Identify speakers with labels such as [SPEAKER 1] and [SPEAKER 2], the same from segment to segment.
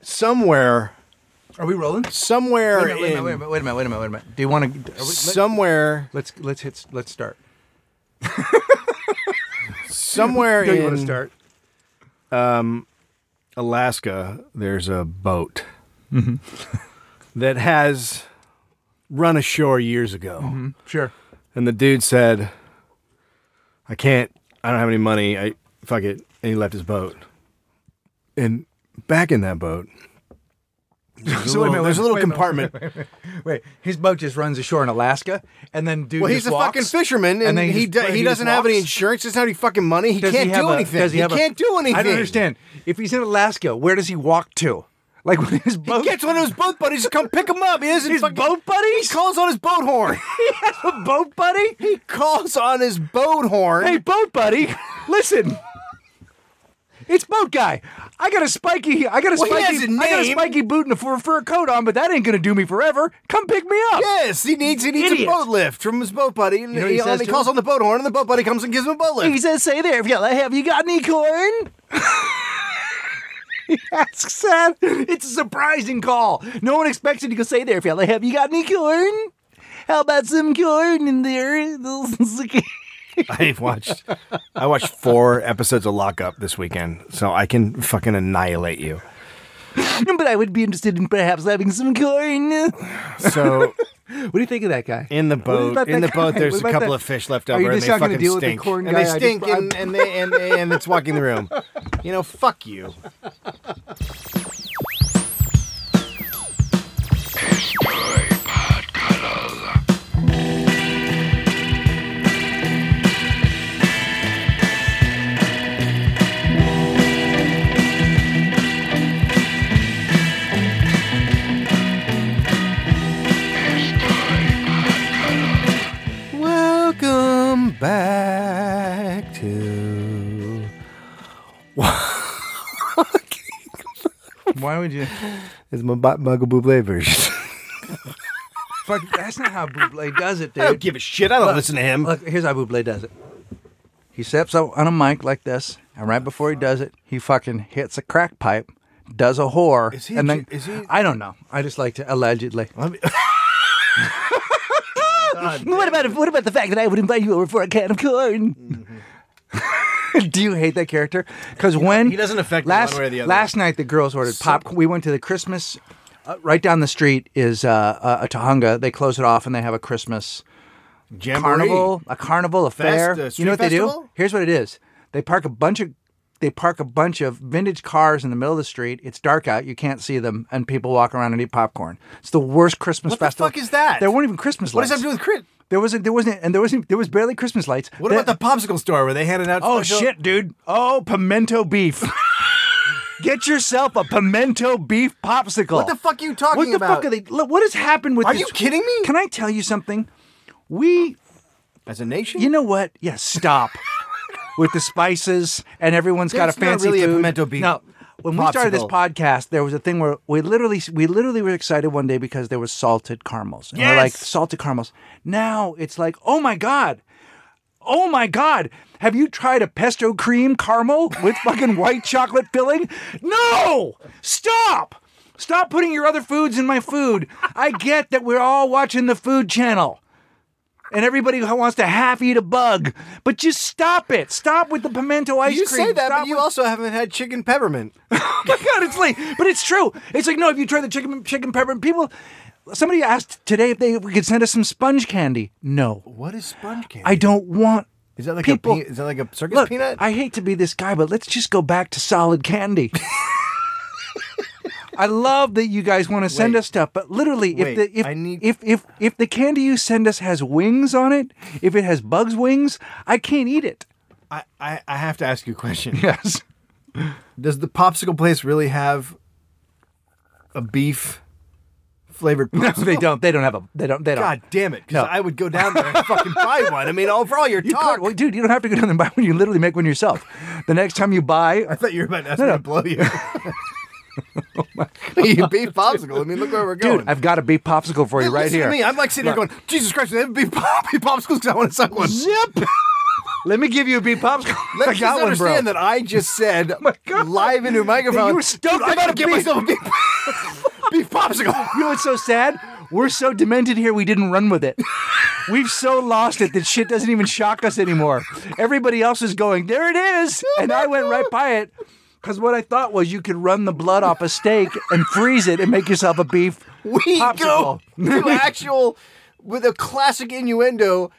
[SPEAKER 1] somewhere,
[SPEAKER 2] Are we rolling?
[SPEAKER 1] somewhere
[SPEAKER 2] Wait a minute,
[SPEAKER 1] in,
[SPEAKER 2] wait a minute, wait a minute, wait a minute, wait a minute. Do you want to?
[SPEAKER 1] somewhere,
[SPEAKER 2] Let's let's hit. Let's start.
[SPEAKER 1] somewhere
[SPEAKER 2] Do you want to
[SPEAKER 1] in
[SPEAKER 2] start?
[SPEAKER 1] Alaska, there's a boat that has run ashore years ago.
[SPEAKER 2] Sure.
[SPEAKER 1] And the dude said, I can't, I don't have any money. I fuck it. And he left his boat. And back in that boat, there's a
[SPEAKER 2] wait a
[SPEAKER 1] little,
[SPEAKER 2] minute,
[SPEAKER 1] there's a
[SPEAKER 2] wait a
[SPEAKER 1] little
[SPEAKER 2] minute, wait a
[SPEAKER 1] compartment.
[SPEAKER 2] Wait, his boat just runs ashore in Alaska, and then dude
[SPEAKER 1] Well,
[SPEAKER 2] just
[SPEAKER 1] he's a
[SPEAKER 2] walks,
[SPEAKER 1] fucking fisherman, and,
[SPEAKER 2] then
[SPEAKER 1] he
[SPEAKER 2] just-
[SPEAKER 1] do- he,
[SPEAKER 2] just
[SPEAKER 1] doesn't have any
[SPEAKER 2] walks?
[SPEAKER 1] insurance. Doesn't have any fucking money. He
[SPEAKER 2] Does
[SPEAKER 1] can't
[SPEAKER 2] have
[SPEAKER 1] do
[SPEAKER 2] a-
[SPEAKER 1] anything.
[SPEAKER 2] does
[SPEAKER 1] he
[SPEAKER 2] have a-
[SPEAKER 1] can't do anything.
[SPEAKER 2] I don't understand. If he's in Alaska, where does he walk to? Like with his
[SPEAKER 1] He
[SPEAKER 2] boat?
[SPEAKER 1] gets one of his boat buddies to come pick him up. He doesn't
[SPEAKER 2] His
[SPEAKER 1] fucking,
[SPEAKER 2] boat buddies?
[SPEAKER 1] He calls on his boat horn.
[SPEAKER 2] He has a boat buddy.
[SPEAKER 1] he calls on his boat horn.
[SPEAKER 2] Hey, boat buddy, listen. It's boat guy. I got a spiky. I got a
[SPEAKER 1] Well, he
[SPEAKER 2] spiky.
[SPEAKER 1] has a
[SPEAKER 2] I got a
[SPEAKER 1] name.
[SPEAKER 2] spiky boot and a fur, fur coat on, but that ain't gonna do me forever. Come pick me up.
[SPEAKER 1] Yes, he needs he needs
[SPEAKER 2] Idiot.
[SPEAKER 1] a boat lift from his boat buddy, and
[SPEAKER 2] know what
[SPEAKER 1] he,
[SPEAKER 2] he says
[SPEAKER 1] and he
[SPEAKER 2] to
[SPEAKER 1] calls
[SPEAKER 2] him?
[SPEAKER 1] on the boat horn, and the boat buddy comes and gives him a boat lift.
[SPEAKER 2] He says, "Say there, fella, have you got any corn?" he asks that. It's a surprising call. No one expects it to go, "Say there, fella, have you got any corn?" How about some corn in there?
[SPEAKER 1] I've watched I watched four episodes of Lock Up this weekend, so I can fucking annihilate you.
[SPEAKER 2] but I would be interested in perhaps having some corn.
[SPEAKER 1] So
[SPEAKER 2] What do you think of that guy?
[SPEAKER 1] in the
[SPEAKER 2] What
[SPEAKER 1] boat,
[SPEAKER 2] about
[SPEAKER 1] in the
[SPEAKER 2] that
[SPEAKER 1] boat,
[SPEAKER 2] guy?
[SPEAKER 1] there's
[SPEAKER 2] What
[SPEAKER 1] a
[SPEAKER 2] about
[SPEAKER 1] couple
[SPEAKER 2] that-
[SPEAKER 1] of fish left
[SPEAKER 2] Are
[SPEAKER 1] over,
[SPEAKER 2] you
[SPEAKER 1] and
[SPEAKER 2] just
[SPEAKER 1] they
[SPEAKER 2] not gonna
[SPEAKER 1] fucking
[SPEAKER 2] deal with the
[SPEAKER 1] stink,
[SPEAKER 2] corn
[SPEAKER 1] and
[SPEAKER 2] guy?
[SPEAKER 1] they
[SPEAKER 2] I just
[SPEAKER 1] stink,
[SPEAKER 2] brought-
[SPEAKER 1] and, and they and, and it's walking the room. You know, fuck you. Welcome back to.
[SPEAKER 2] Why would you?
[SPEAKER 1] It's my Michael Bublé version.
[SPEAKER 2] Fuck, that's not how Buble does it, dude.
[SPEAKER 1] I don't give a shit. I don't listen to him.
[SPEAKER 2] Look, here's how Buble does it. He steps up on a mic like this, and right before he does it, he fucking hits a crack pipe, does a whore,
[SPEAKER 1] Is he
[SPEAKER 2] and
[SPEAKER 1] a
[SPEAKER 2] then
[SPEAKER 1] Ju- is he-
[SPEAKER 2] I don't know. I just like to allegedly.
[SPEAKER 1] Let me-
[SPEAKER 2] What about what about the fact that I would invite you over for a can of corn? Mm-hmm. Do you hate that character? Because when
[SPEAKER 1] he doesn't affect me
[SPEAKER 2] last
[SPEAKER 1] one way or the other.
[SPEAKER 2] last night the girls ordered popcorn. We went to the Christmas. Uh, right down the street is uh, uh, a Tahunga. They close it off and they have a Christmas
[SPEAKER 1] Jamboree.
[SPEAKER 2] carnival, a carnival, a fair.
[SPEAKER 1] uh,
[SPEAKER 2] you know
[SPEAKER 1] street
[SPEAKER 2] what they do?
[SPEAKER 1] festival?
[SPEAKER 2] Here's what it is: they park a bunch of they park a bunch of vintage cars in the middle of the street. It's dark out; you can't see them, and people walk around and eat popcorn. It's the worst Christmas
[SPEAKER 1] What the
[SPEAKER 2] festival.
[SPEAKER 1] fuck is that?
[SPEAKER 2] There weren't even Christmas
[SPEAKER 1] What
[SPEAKER 2] lights.
[SPEAKER 1] does that have to do with crit?
[SPEAKER 2] There wasn't. There wasn't. And there wasn't. There was barely Christmas lights.
[SPEAKER 1] What
[SPEAKER 2] That-
[SPEAKER 1] about the popsicle store where they handed out?
[SPEAKER 2] Oh
[SPEAKER 1] special-
[SPEAKER 2] shit, dude! Oh pimento beef. Get yourself a pimento beef popsicle.
[SPEAKER 1] What the fuck are you talking
[SPEAKER 2] What the
[SPEAKER 1] about?
[SPEAKER 2] fuck are they? Look, what has happened with?
[SPEAKER 1] Are
[SPEAKER 2] this-
[SPEAKER 1] you kidding me?
[SPEAKER 2] Can I tell you something? We
[SPEAKER 1] As a nation,
[SPEAKER 2] you know what? Yeah, stop with the spices and everyone's got a
[SPEAKER 1] That's not
[SPEAKER 2] fancy
[SPEAKER 1] really a
[SPEAKER 2] food.
[SPEAKER 1] pimento beef
[SPEAKER 2] No, when we started this
[SPEAKER 1] popsicle.
[SPEAKER 2] podcast, there was a thing where we literally we literally were excited one day because there was salted caramels. And we're like
[SPEAKER 1] Yes!
[SPEAKER 2] salted caramels. Now it's like, oh my god, oh my god. Have you tried a pesto cream caramel with fucking white chocolate filling? No! Stop! Stop putting your other foods in my food. I get that we're all watching the food channel and everybody who wants to half eat a bug. But just stop it. Stop with the pimento ice
[SPEAKER 1] you
[SPEAKER 2] cream.
[SPEAKER 1] say that,
[SPEAKER 2] Stop
[SPEAKER 1] but you
[SPEAKER 2] with-
[SPEAKER 1] also haven't had chicken peppermint.
[SPEAKER 2] Oh my god, it's like, but it's true. It's like no, if you try the chicken chicken pepper, and people. Somebody asked today if they if we could send us some sponge candy. No,
[SPEAKER 1] What is sponge candy?
[SPEAKER 2] I don't want.
[SPEAKER 1] Is that like
[SPEAKER 2] people.
[SPEAKER 1] a pe- is that like a circus
[SPEAKER 2] Look,
[SPEAKER 1] peanut?
[SPEAKER 2] I hate to be this guy, but let's just go back to solid candy. I love that you guys want to send
[SPEAKER 1] Wait.
[SPEAKER 2] us stuff, but literally,
[SPEAKER 1] Wait,
[SPEAKER 2] if the if,
[SPEAKER 1] I need-
[SPEAKER 2] if if if the candy you send us has wings on it, if it has bugs wings, I can't eat it.
[SPEAKER 1] I, I I have to ask you a question.
[SPEAKER 2] Yes.
[SPEAKER 1] Does the popsicle place really have a beef flavored?
[SPEAKER 2] No,
[SPEAKER 1] popsicle?
[SPEAKER 2] they don't. They don't have a. They don't. They don't.
[SPEAKER 1] God damn it!
[SPEAKER 2] No.
[SPEAKER 1] Because I would go down there and fucking buy one. I mean, all for all your
[SPEAKER 2] You
[SPEAKER 1] talk.
[SPEAKER 2] can't- well, dude, you don't have to go down there and buy one. You literally make one yourself. The next time you buy,
[SPEAKER 1] I thought you were about to ask me to blow you. Oh you beef popsicle. I mean, look where we're
[SPEAKER 2] dude,
[SPEAKER 1] going.
[SPEAKER 2] I've got a beef popsicle for you
[SPEAKER 1] Hey,
[SPEAKER 2] right
[SPEAKER 1] listen
[SPEAKER 2] here.
[SPEAKER 1] To me. I'm like sitting here going, Jesus Christ, they have beef, pop- beef popsicles because I want to suck one.
[SPEAKER 2] Zip. Let me give you a beat popsicle.
[SPEAKER 1] Let's
[SPEAKER 2] I
[SPEAKER 1] just
[SPEAKER 2] got one, bro.
[SPEAKER 1] understand that I just said
[SPEAKER 2] God.
[SPEAKER 1] live into a microphone.
[SPEAKER 2] You were stoked
[SPEAKER 1] "Dude, I
[SPEAKER 2] about
[SPEAKER 1] gotta
[SPEAKER 2] a
[SPEAKER 1] get
[SPEAKER 2] beef."
[SPEAKER 1] myself a beef, beef popsicle.
[SPEAKER 2] You know what's so sad? We're so demented here, we didn't run with it. We've so lost it that shit doesn't even shock us anymore. Everybody else is going, there it is. And I went right by it because what I thought was you could run the blood off a steak and freeze it and make yourself a beef
[SPEAKER 1] We
[SPEAKER 2] popsicle.
[SPEAKER 1] go to actual with a classic innuendo.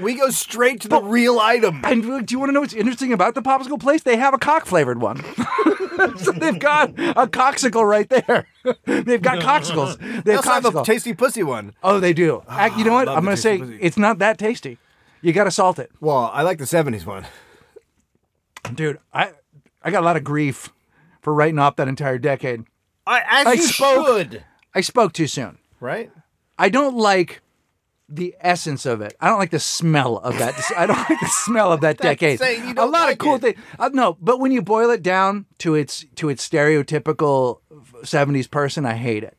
[SPEAKER 1] We go straight to the real item.
[SPEAKER 2] And do you want to know what's interesting about the popsicle place? They have a cock flavored one. so they've got a coxicle right there. they've got coxicles. They
[SPEAKER 1] They
[SPEAKER 2] have
[SPEAKER 1] also have a
[SPEAKER 2] coxicle.
[SPEAKER 1] tasty pussy one.
[SPEAKER 2] oh, they do. Ac- you know what?
[SPEAKER 1] Ah, love
[SPEAKER 2] I'm
[SPEAKER 1] the
[SPEAKER 2] going to
[SPEAKER 1] tasty
[SPEAKER 2] say
[SPEAKER 1] pussy.
[SPEAKER 2] it's not that tasty. You got to salt it.
[SPEAKER 1] Well, I like the '70s one.
[SPEAKER 2] dude i i got a lot of grief for writing off that entire decade
[SPEAKER 1] I, as
[SPEAKER 2] I
[SPEAKER 1] you
[SPEAKER 2] spoke-
[SPEAKER 1] should,
[SPEAKER 2] i spoke too soon
[SPEAKER 1] right?
[SPEAKER 2] i don't like the essence of it i don't like the smell of that i don't like the smell of that decade
[SPEAKER 1] saying you
[SPEAKER 2] a
[SPEAKER 1] don't
[SPEAKER 2] lot
[SPEAKER 1] like
[SPEAKER 2] of cool
[SPEAKER 1] it.
[SPEAKER 2] things uh, no but when you boil it down to its to its stereotypical 70s person i hate it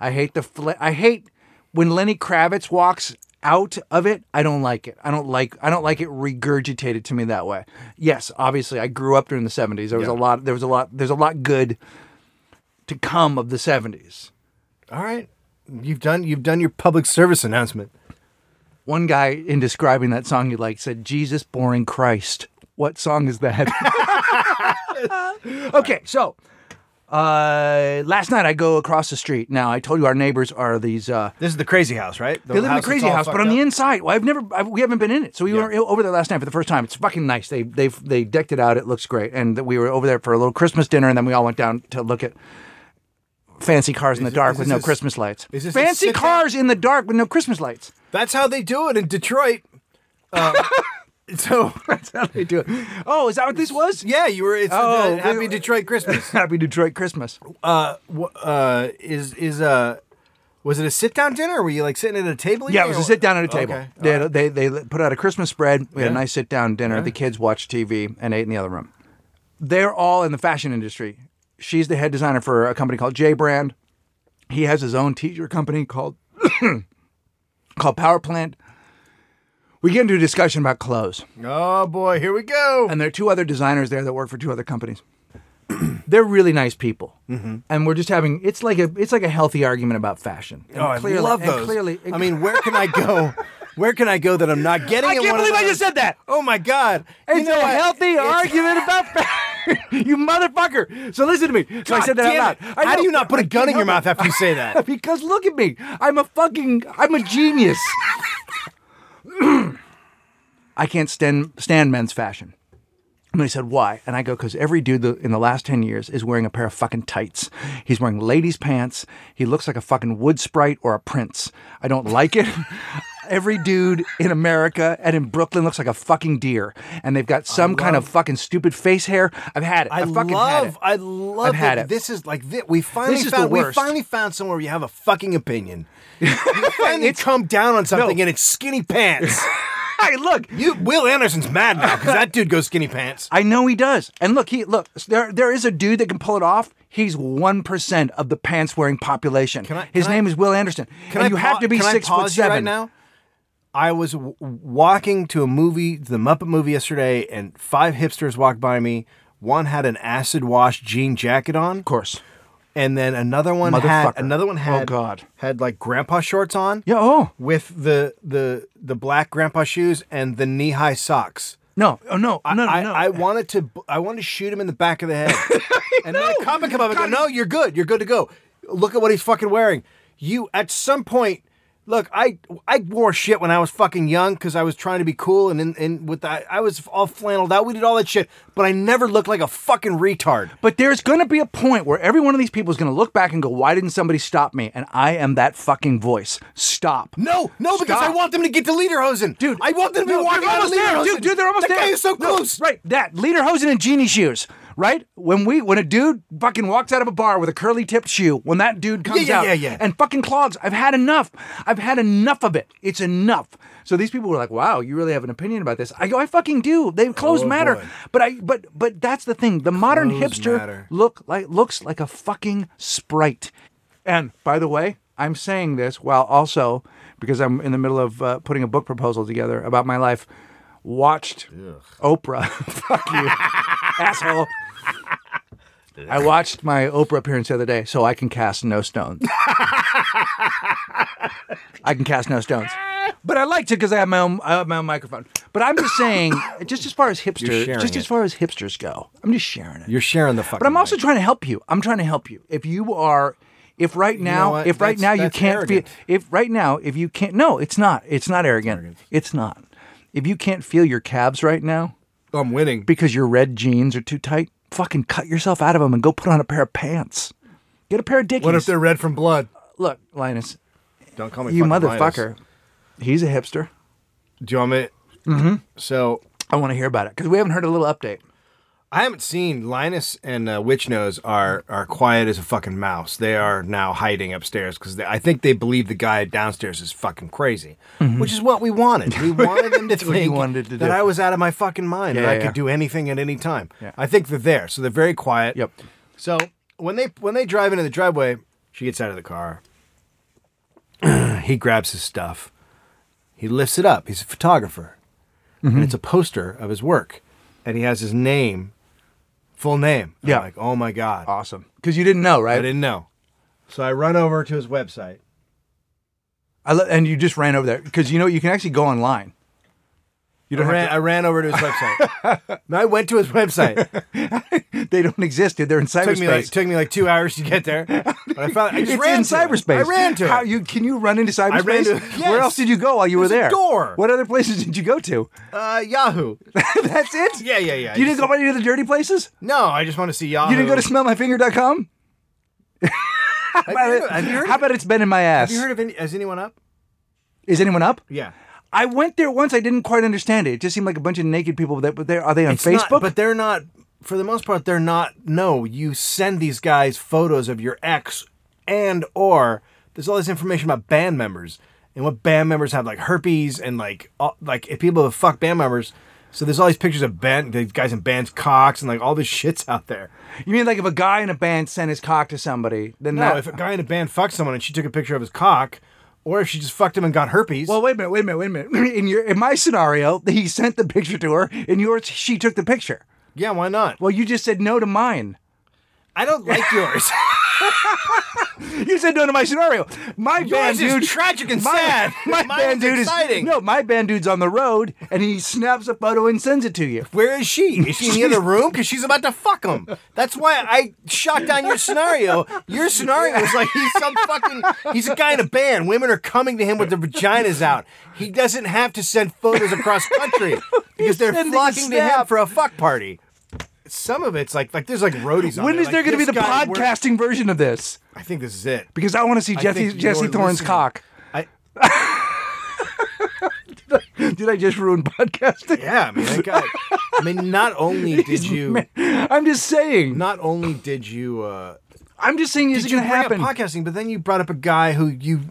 [SPEAKER 2] i hate the fl- i hate when lenny kravitz walks out of it i don't like it i don't like i don't like it regurgitated to me that way yes obviously i grew up during the 70s there was a lot there was a lot there's a lot good to come of the 70s
[SPEAKER 1] All right, you've done you've done your public service announcement.
[SPEAKER 2] One guy in describing that song you like said, Jesus boring Christ. What song is that? okay, so uh, last night I go across the street. Now I told you our neighbors are these uh,
[SPEAKER 1] This is the crazy house, right?
[SPEAKER 2] they live in the crazy house, but on the inside. Well, I've never, i we haven't been in it. So we were over there last night for the first time. It's fucking nice. They they they decked it out. It looks great. And we were over there for a little Christmas dinner, and then we all went down to look at fancy cars in the dark
[SPEAKER 1] is
[SPEAKER 2] with
[SPEAKER 1] this
[SPEAKER 2] no
[SPEAKER 1] a-
[SPEAKER 2] Christmas lights.
[SPEAKER 1] is this a
[SPEAKER 2] fancy
[SPEAKER 1] sit-down?
[SPEAKER 2] cars in the dark with no Christmas lights.
[SPEAKER 1] That's how they do it in Detroit. Uh, so
[SPEAKER 2] That's how they do it. Oh, is that what this was?
[SPEAKER 1] yeah, you were. It's
[SPEAKER 2] Oh,
[SPEAKER 1] uh, happy Detroit Christmas.
[SPEAKER 2] Happy Detroit Christmas.
[SPEAKER 1] Uh, wh- uh, is is uh, was it a sit down dinner? Were you like sitting at a table?
[SPEAKER 2] Yeah,
[SPEAKER 1] eating,
[SPEAKER 2] it was
[SPEAKER 1] or
[SPEAKER 2] a
[SPEAKER 1] what?
[SPEAKER 2] sit down at a table.
[SPEAKER 1] Okay.
[SPEAKER 2] They, had a- they they put out a Christmas spread. We had a
[SPEAKER 1] Yeah.
[SPEAKER 2] nice sit down dinner. The kids watched TV and ate in the other room. They're all in the fashion industry. She's the head designer for a company called J Brand. He has his own t-shirt company called called Power Plant. We get into a discussion about clothes.
[SPEAKER 1] Oh boy, here we go.
[SPEAKER 2] and there are two other designers there that work for two other companies. They're really nice people,
[SPEAKER 1] Mm-hmm.
[SPEAKER 2] and we're just having it's like a it's like a healthy argument about fashion. And
[SPEAKER 1] oh,
[SPEAKER 2] clearly-
[SPEAKER 1] I love
[SPEAKER 2] and
[SPEAKER 1] those.
[SPEAKER 2] clearly,
[SPEAKER 1] I mean, where can I go? Where can I go that I'm not getting?
[SPEAKER 2] I
[SPEAKER 1] in
[SPEAKER 2] can't
[SPEAKER 1] one of
[SPEAKER 2] believe I
[SPEAKER 1] those?
[SPEAKER 2] just said that.
[SPEAKER 1] Oh my god!
[SPEAKER 2] it's
[SPEAKER 1] you know
[SPEAKER 2] a
[SPEAKER 1] what?
[SPEAKER 2] healthy
[SPEAKER 1] It's-
[SPEAKER 2] argument about fashion. you motherfucker. So listen to me. So I
[SPEAKER 1] God
[SPEAKER 2] said that
[SPEAKER 1] damn
[SPEAKER 2] out
[SPEAKER 1] it.
[SPEAKER 2] loud. I
[SPEAKER 1] How do
[SPEAKER 2] know,
[SPEAKER 1] you not put
[SPEAKER 2] I
[SPEAKER 1] a gun
[SPEAKER 2] can't
[SPEAKER 1] in your
[SPEAKER 2] help
[SPEAKER 1] mouth after you say
[SPEAKER 2] it.
[SPEAKER 1] that?
[SPEAKER 2] Because look at me. I'm a fucking I'm a genius. I can't stand stand men's fashion. And they said, why? And I go, because every dude the, in the last 10 years is wearing a pair of fucking tights. He's wearing ladies' pants. He looks like a fucking wood sprite or a prince. I don't like it. every dude in America and in Brooklyn looks like a fucking deer. And they've got some kind of fucking stupid face hair. I've had it.
[SPEAKER 1] I
[SPEAKER 2] I fucking had
[SPEAKER 1] love,
[SPEAKER 2] it.
[SPEAKER 1] I love
[SPEAKER 2] I've had
[SPEAKER 1] that
[SPEAKER 2] it.
[SPEAKER 1] This is like this. We finally
[SPEAKER 2] This is the
[SPEAKER 1] found. We
[SPEAKER 2] worst.
[SPEAKER 1] finally found somewhere where you have a fucking opinion. You finally come down on something,
[SPEAKER 2] No.
[SPEAKER 1] and it's skinny pants.
[SPEAKER 2] Hey, look,
[SPEAKER 1] you, Will Anderson's mad now because that dude goes skinny pants.
[SPEAKER 2] I know he does. And look, he look there. There is a dude that can pull it off. He's one percent of the pants wearing population.
[SPEAKER 1] Can I-
[SPEAKER 2] His
[SPEAKER 1] can I-
[SPEAKER 2] name is Will Anderson.
[SPEAKER 1] Can
[SPEAKER 2] and
[SPEAKER 1] I
[SPEAKER 2] you
[SPEAKER 1] pa-
[SPEAKER 2] have to be
[SPEAKER 1] can I
[SPEAKER 2] six foot
[SPEAKER 1] pause you
[SPEAKER 2] seven
[SPEAKER 1] right now? I was w- walking to a movie, the Muppet movie yesterday, and five hipsters walked by me. One had an acid wash jean jacket on,
[SPEAKER 2] Of course.
[SPEAKER 1] and then another one had
[SPEAKER 2] Motherfucker.
[SPEAKER 1] another one
[SPEAKER 2] Oh,
[SPEAKER 1] had
[SPEAKER 2] God.
[SPEAKER 1] had like grandpa shorts on.
[SPEAKER 2] Yeah. Oh
[SPEAKER 1] with the the the black grandpa shoes and the knee high socks.
[SPEAKER 2] no. Oh no. No. No.
[SPEAKER 1] I,
[SPEAKER 2] no.
[SPEAKER 1] I wanted to I wanted to shoot him in the back of the head. and then a comment come up and go, "No, you're good. You're good to go. Look at what he's fucking wearing." You at some point, look, I I wore shit when I was fucking young because I was trying to be cool and in, and with that I was all flanneled out. We did all that shit, but I never looked like a fucking retard.
[SPEAKER 2] but there's going to be a point where every one of these people is going to look back and go, "Why didn't somebody stop me?" And I am that fucking voice. Stop.
[SPEAKER 1] No, no, because I
[SPEAKER 2] Stop.
[SPEAKER 1] want them to get to Lederhosen,
[SPEAKER 2] Dude,
[SPEAKER 1] I want them to be
[SPEAKER 2] no,
[SPEAKER 1] walking
[SPEAKER 2] they're
[SPEAKER 1] out of
[SPEAKER 2] almost there,
[SPEAKER 1] Lederhosen.
[SPEAKER 2] dude. Dude, they're almost
[SPEAKER 1] that
[SPEAKER 2] there.
[SPEAKER 1] guy is so
[SPEAKER 2] No,
[SPEAKER 1] close.
[SPEAKER 2] right, that lederhosen and genie shoes. Right when we when a dude fucking walks out of a bar with a curly tipped shoe, when that dude comes
[SPEAKER 1] yeah,
[SPEAKER 2] out
[SPEAKER 1] yeah, yeah.
[SPEAKER 2] and fucking clogs, I've had enough. I've had enough of it. It's enough. So these people were like, "Wow, you really have an opinion about this." I go, "I fucking do." They clothes
[SPEAKER 1] Oh,
[SPEAKER 2] matter,
[SPEAKER 1] boy.
[SPEAKER 2] but I but but that's the thing. The modern
[SPEAKER 1] Clothes
[SPEAKER 2] hipster
[SPEAKER 1] matter.
[SPEAKER 2] look like looks like a fucking sprite. And by the way, I'm saying this while also because I'm in the middle of uh, putting a book proposal together about my life. watched Oprah. Fuck you, asshole. I watched my Oprah appearance the other day, so I can cast no stones. I can cast no stones, but I liked it because I have my own, I have my own microphone. But I'm just saying, just as far as hipsters,
[SPEAKER 1] sharing
[SPEAKER 2] just as
[SPEAKER 1] it.
[SPEAKER 2] far as hipsters go, I'm just sharing it.
[SPEAKER 1] You're sharing the fucking.
[SPEAKER 2] But I'm also
[SPEAKER 1] mic.
[SPEAKER 2] trying to help you. I'm trying to help you. If you are, if right now,
[SPEAKER 1] what?
[SPEAKER 2] if right
[SPEAKER 1] That's-
[SPEAKER 2] now you
[SPEAKER 1] that's
[SPEAKER 2] can't feel,
[SPEAKER 1] arrogant.
[SPEAKER 2] if right now, if you can't, no, it's not. It's not arrogant. It's not. If you can't feel your calves right now
[SPEAKER 1] I'm winning.
[SPEAKER 2] because your red jeans are too tight, fucking cut yourself out of them and go put on a pair of pants. Get a pair of dickies.
[SPEAKER 1] what if they're red from blood?
[SPEAKER 2] Look, Linus,
[SPEAKER 1] Don't call me
[SPEAKER 2] you
[SPEAKER 1] fucking
[SPEAKER 2] motherfucker.
[SPEAKER 1] Linus.
[SPEAKER 2] He's a hipster.
[SPEAKER 1] Do you want me? Mm-hmm. So
[SPEAKER 2] I want to hear about it because we haven't heard a little update.
[SPEAKER 1] I haven't seen Linus and uh, Witch Nose are are quiet as a fucking mouse. They are now hiding upstairs because I think they believe the guy downstairs is fucking crazy, which is what we wanted. We wanted them to
[SPEAKER 2] Mm-hmm. That's what you
[SPEAKER 1] think
[SPEAKER 2] wanted to
[SPEAKER 1] that
[SPEAKER 2] do.
[SPEAKER 1] I was out of my fucking mind and
[SPEAKER 2] Yeah,
[SPEAKER 1] I
[SPEAKER 2] yeah, yeah.
[SPEAKER 1] could do anything at any time.
[SPEAKER 2] Yeah.
[SPEAKER 1] I think they're there, so they're very quiet.
[SPEAKER 2] Yep.
[SPEAKER 1] So when they when they drive into the driveway, she gets out of the car. he grabs his stuff. He lifts it up. He's a photographer,
[SPEAKER 2] Mm-hmm.
[SPEAKER 1] and it's a poster of his work, and he has his name, full name. I'm
[SPEAKER 2] Yeah.
[SPEAKER 1] like oh my god,
[SPEAKER 2] Awesome. Because you didn't know,
[SPEAKER 1] I
[SPEAKER 2] right?
[SPEAKER 1] didn't know. So I run over to his website.
[SPEAKER 2] I lo- and you just ran over there because you know you can actually go online. You
[SPEAKER 1] I
[SPEAKER 2] don't have
[SPEAKER 1] ran, I ran over to his website. No, I went to his website. It
[SPEAKER 2] They don't exist, dude. They're in cyberspace.
[SPEAKER 1] took me like took me like two hours to get there. But I found I just
[SPEAKER 2] it's
[SPEAKER 1] ran
[SPEAKER 2] in
[SPEAKER 1] to it.
[SPEAKER 2] cyberspace.
[SPEAKER 1] I ran to
[SPEAKER 2] How
[SPEAKER 1] it.
[SPEAKER 2] you can you run into cyberspace?
[SPEAKER 1] ran to-
[SPEAKER 2] Where
[SPEAKER 1] Yes.
[SPEAKER 2] else did you go while you were
[SPEAKER 1] There's
[SPEAKER 2] there?
[SPEAKER 1] a door.
[SPEAKER 2] What other places did you go to?
[SPEAKER 1] uh, Yahoo.
[SPEAKER 2] That's it.
[SPEAKER 1] Yeah, yeah, yeah. I
[SPEAKER 2] You didn't
[SPEAKER 1] just-
[SPEAKER 2] go by any of the dirty places.
[SPEAKER 1] No, I just want to see Yahoo.
[SPEAKER 2] You didn't go to smellmyfinger.com.
[SPEAKER 1] Have you heard of- have you heard of-
[SPEAKER 2] Uh, How about it's been in my ass?
[SPEAKER 1] Have you heard of any, Is Anyone Up?
[SPEAKER 2] Is anyone up?
[SPEAKER 1] Yeah.
[SPEAKER 2] I went there once. I didn't quite understand it. It just seemed like a bunch of naked people that were there. Are they on
[SPEAKER 1] It's
[SPEAKER 2] Facebook?
[SPEAKER 1] not- but they're not, for the most part, they're not. No, you send these guys photos of your ex and or there's all this information about band members and what band members have like herpes and like all, like if people have fucked band members. So there's all these pictures of band the guys in bands cocks and like all this shit's out there.
[SPEAKER 2] you mean like if a guy in a band sent his cock to somebody, then
[SPEAKER 1] No,
[SPEAKER 2] that,
[SPEAKER 1] if a guy in a band fucked someone and she took a picture of his cock, or if she just fucked him and got herpes.
[SPEAKER 2] Well, wait a minute, wait a minute, wait a minute. In your in my scenario, he sent the picture to her. In yours, she took the picture.
[SPEAKER 1] yeah, why not?
[SPEAKER 2] Well, you just said no to mine.
[SPEAKER 1] I don't like yours.
[SPEAKER 2] You said no to my scenario. My band
[SPEAKER 1] Yours is
[SPEAKER 2] dude
[SPEAKER 1] tragic and
[SPEAKER 2] my,
[SPEAKER 1] sad.
[SPEAKER 2] My
[SPEAKER 1] Mine
[SPEAKER 2] band
[SPEAKER 1] is
[SPEAKER 2] dude
[SPEAKER 1] exciting.
[SPEAKER 2] is no. My band dude's on the road, and he snaps a photo and sends it to you.
[SPEAKER 1] Where is she? Is she in the other room? Because she's about to fuck him. That's why I shot down your scenario. Your scenario was like he's some fucking. He's a guy in a band. Women are coming to him with their vaginas out. He doesn't have to send photos across country because they're
[SPEAKER 2] sending
[SPEAKER 1] flocking to him
[SPEAKER 2] snap.
[SPEAKER 1] for a fuck party. Some of it's like like there's like roadies.
[SPEAKER 2] When is there going to be the
[SPEAKER 1] podcast?
[SPEAKER 2] podcasting version of this?
[SPEAKER 1] I think this is it.
[SPEAKER 2] Because I want to see
[SPEAKER 1] I
[SPEAKER 2] Jesse
[SPEAKER 1] think
[SPEAKER 2] Jesse
[SPEAKER 1] you're
[SPEAKER 2] Thorne's
[SPEAKER 1] listening.
[SPEAKER 2] cock.
[SPEAKER 1] I
[SPEAKER 2] Did I just ruin podcasting?
[SPEAKER 1] yeah. I mean, that guy. I mean, not only did you,
[SPEAKER 2] I'm just saying.
[SPEAKER 1] not only did you. uh
[SPEAKER 2] I'm just saying. Is
[SPEAKER 1] Did
[SPEAKER 2] it
[SPEAKER 1] you
[SPEAKER 2] going
[SPEAKER 1] bring
[SPEAKER 2] to happen?
[SPEAKER 1] up podcasting? But then you brought up a guy who you.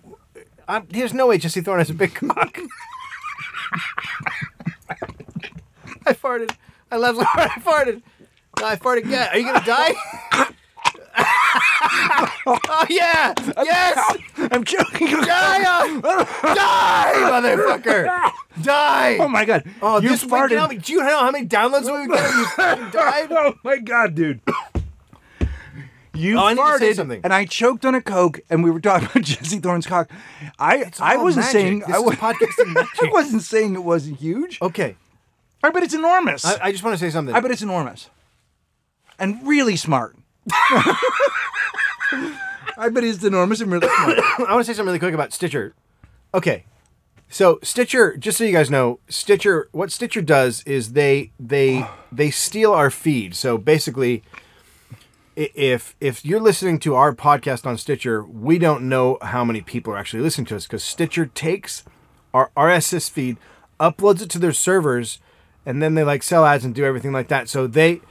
[SPEAKER 1] I'm, there's no way Jesse Thorne has a big cock. I farted. I left. I farted. No, I farted again. Are you gonna die? oh yeah! Yes!
[SPEAKER 2] I'm joking.
[SPEAKER 1] Die! uh, Die, motherfucker! Die!
[SPEAKER 2] Oh my god.
[SPEAKER 1] Oh,
[SPEAKER 2] you
[SPEAKER 1] this
[SPEAKER 2] farted.
[SPEAKER 1] Week, how many- do you know how many downloads we've got? You fucking died.
[SPEAKER 2] Oh my god, dude. You
[SPEAKER 1] Oh, I need to say
[SPEAKER 2] farted,
[SPEAKER 1] something.
[SPEAKER 2] and I choked on a coke, and we were talking about Jesse Thorne's cock. I I
[SPEAKER 1] all
[SPEAKER 2] wasn't
[SPEAKER 1] magic.
[SPEAKER 2] saying
[SPEAKER 1] This
[SPEAKER 2] I,
[SPEAKER 1] is
[SPEAKER 2] wa-
[SPEAKER 1] podcasting
[SPEAKER 2] I
[SPEAKER 1] magic.
[SPEAKER 2] wasn't saying it wasn't huge.
[SPEAKER 1] Okay,
[SPEAKER 2] I bet it's enormous.
[SPEAKER 1] I,
[SPEAKER 2] I,
[SPEAKER 1] I just want to say something.
[SPEAKER 2] bet it's enormous, and really smart. I bet it's enormous and really smart.
[SPEAKER 1] I want to say something really quick about Stitcher. Okay. So Stitcher, just so you guys know, Stitcher what Stitcher does is they they they steal our feed. So basically i- if if you're listening to our podcast on Stitcher, we don't know how many people are actually listening to us cuz Stitcher takes our RSS feed, uploads it to their servers, and then they like sell ads and do everything like that. So they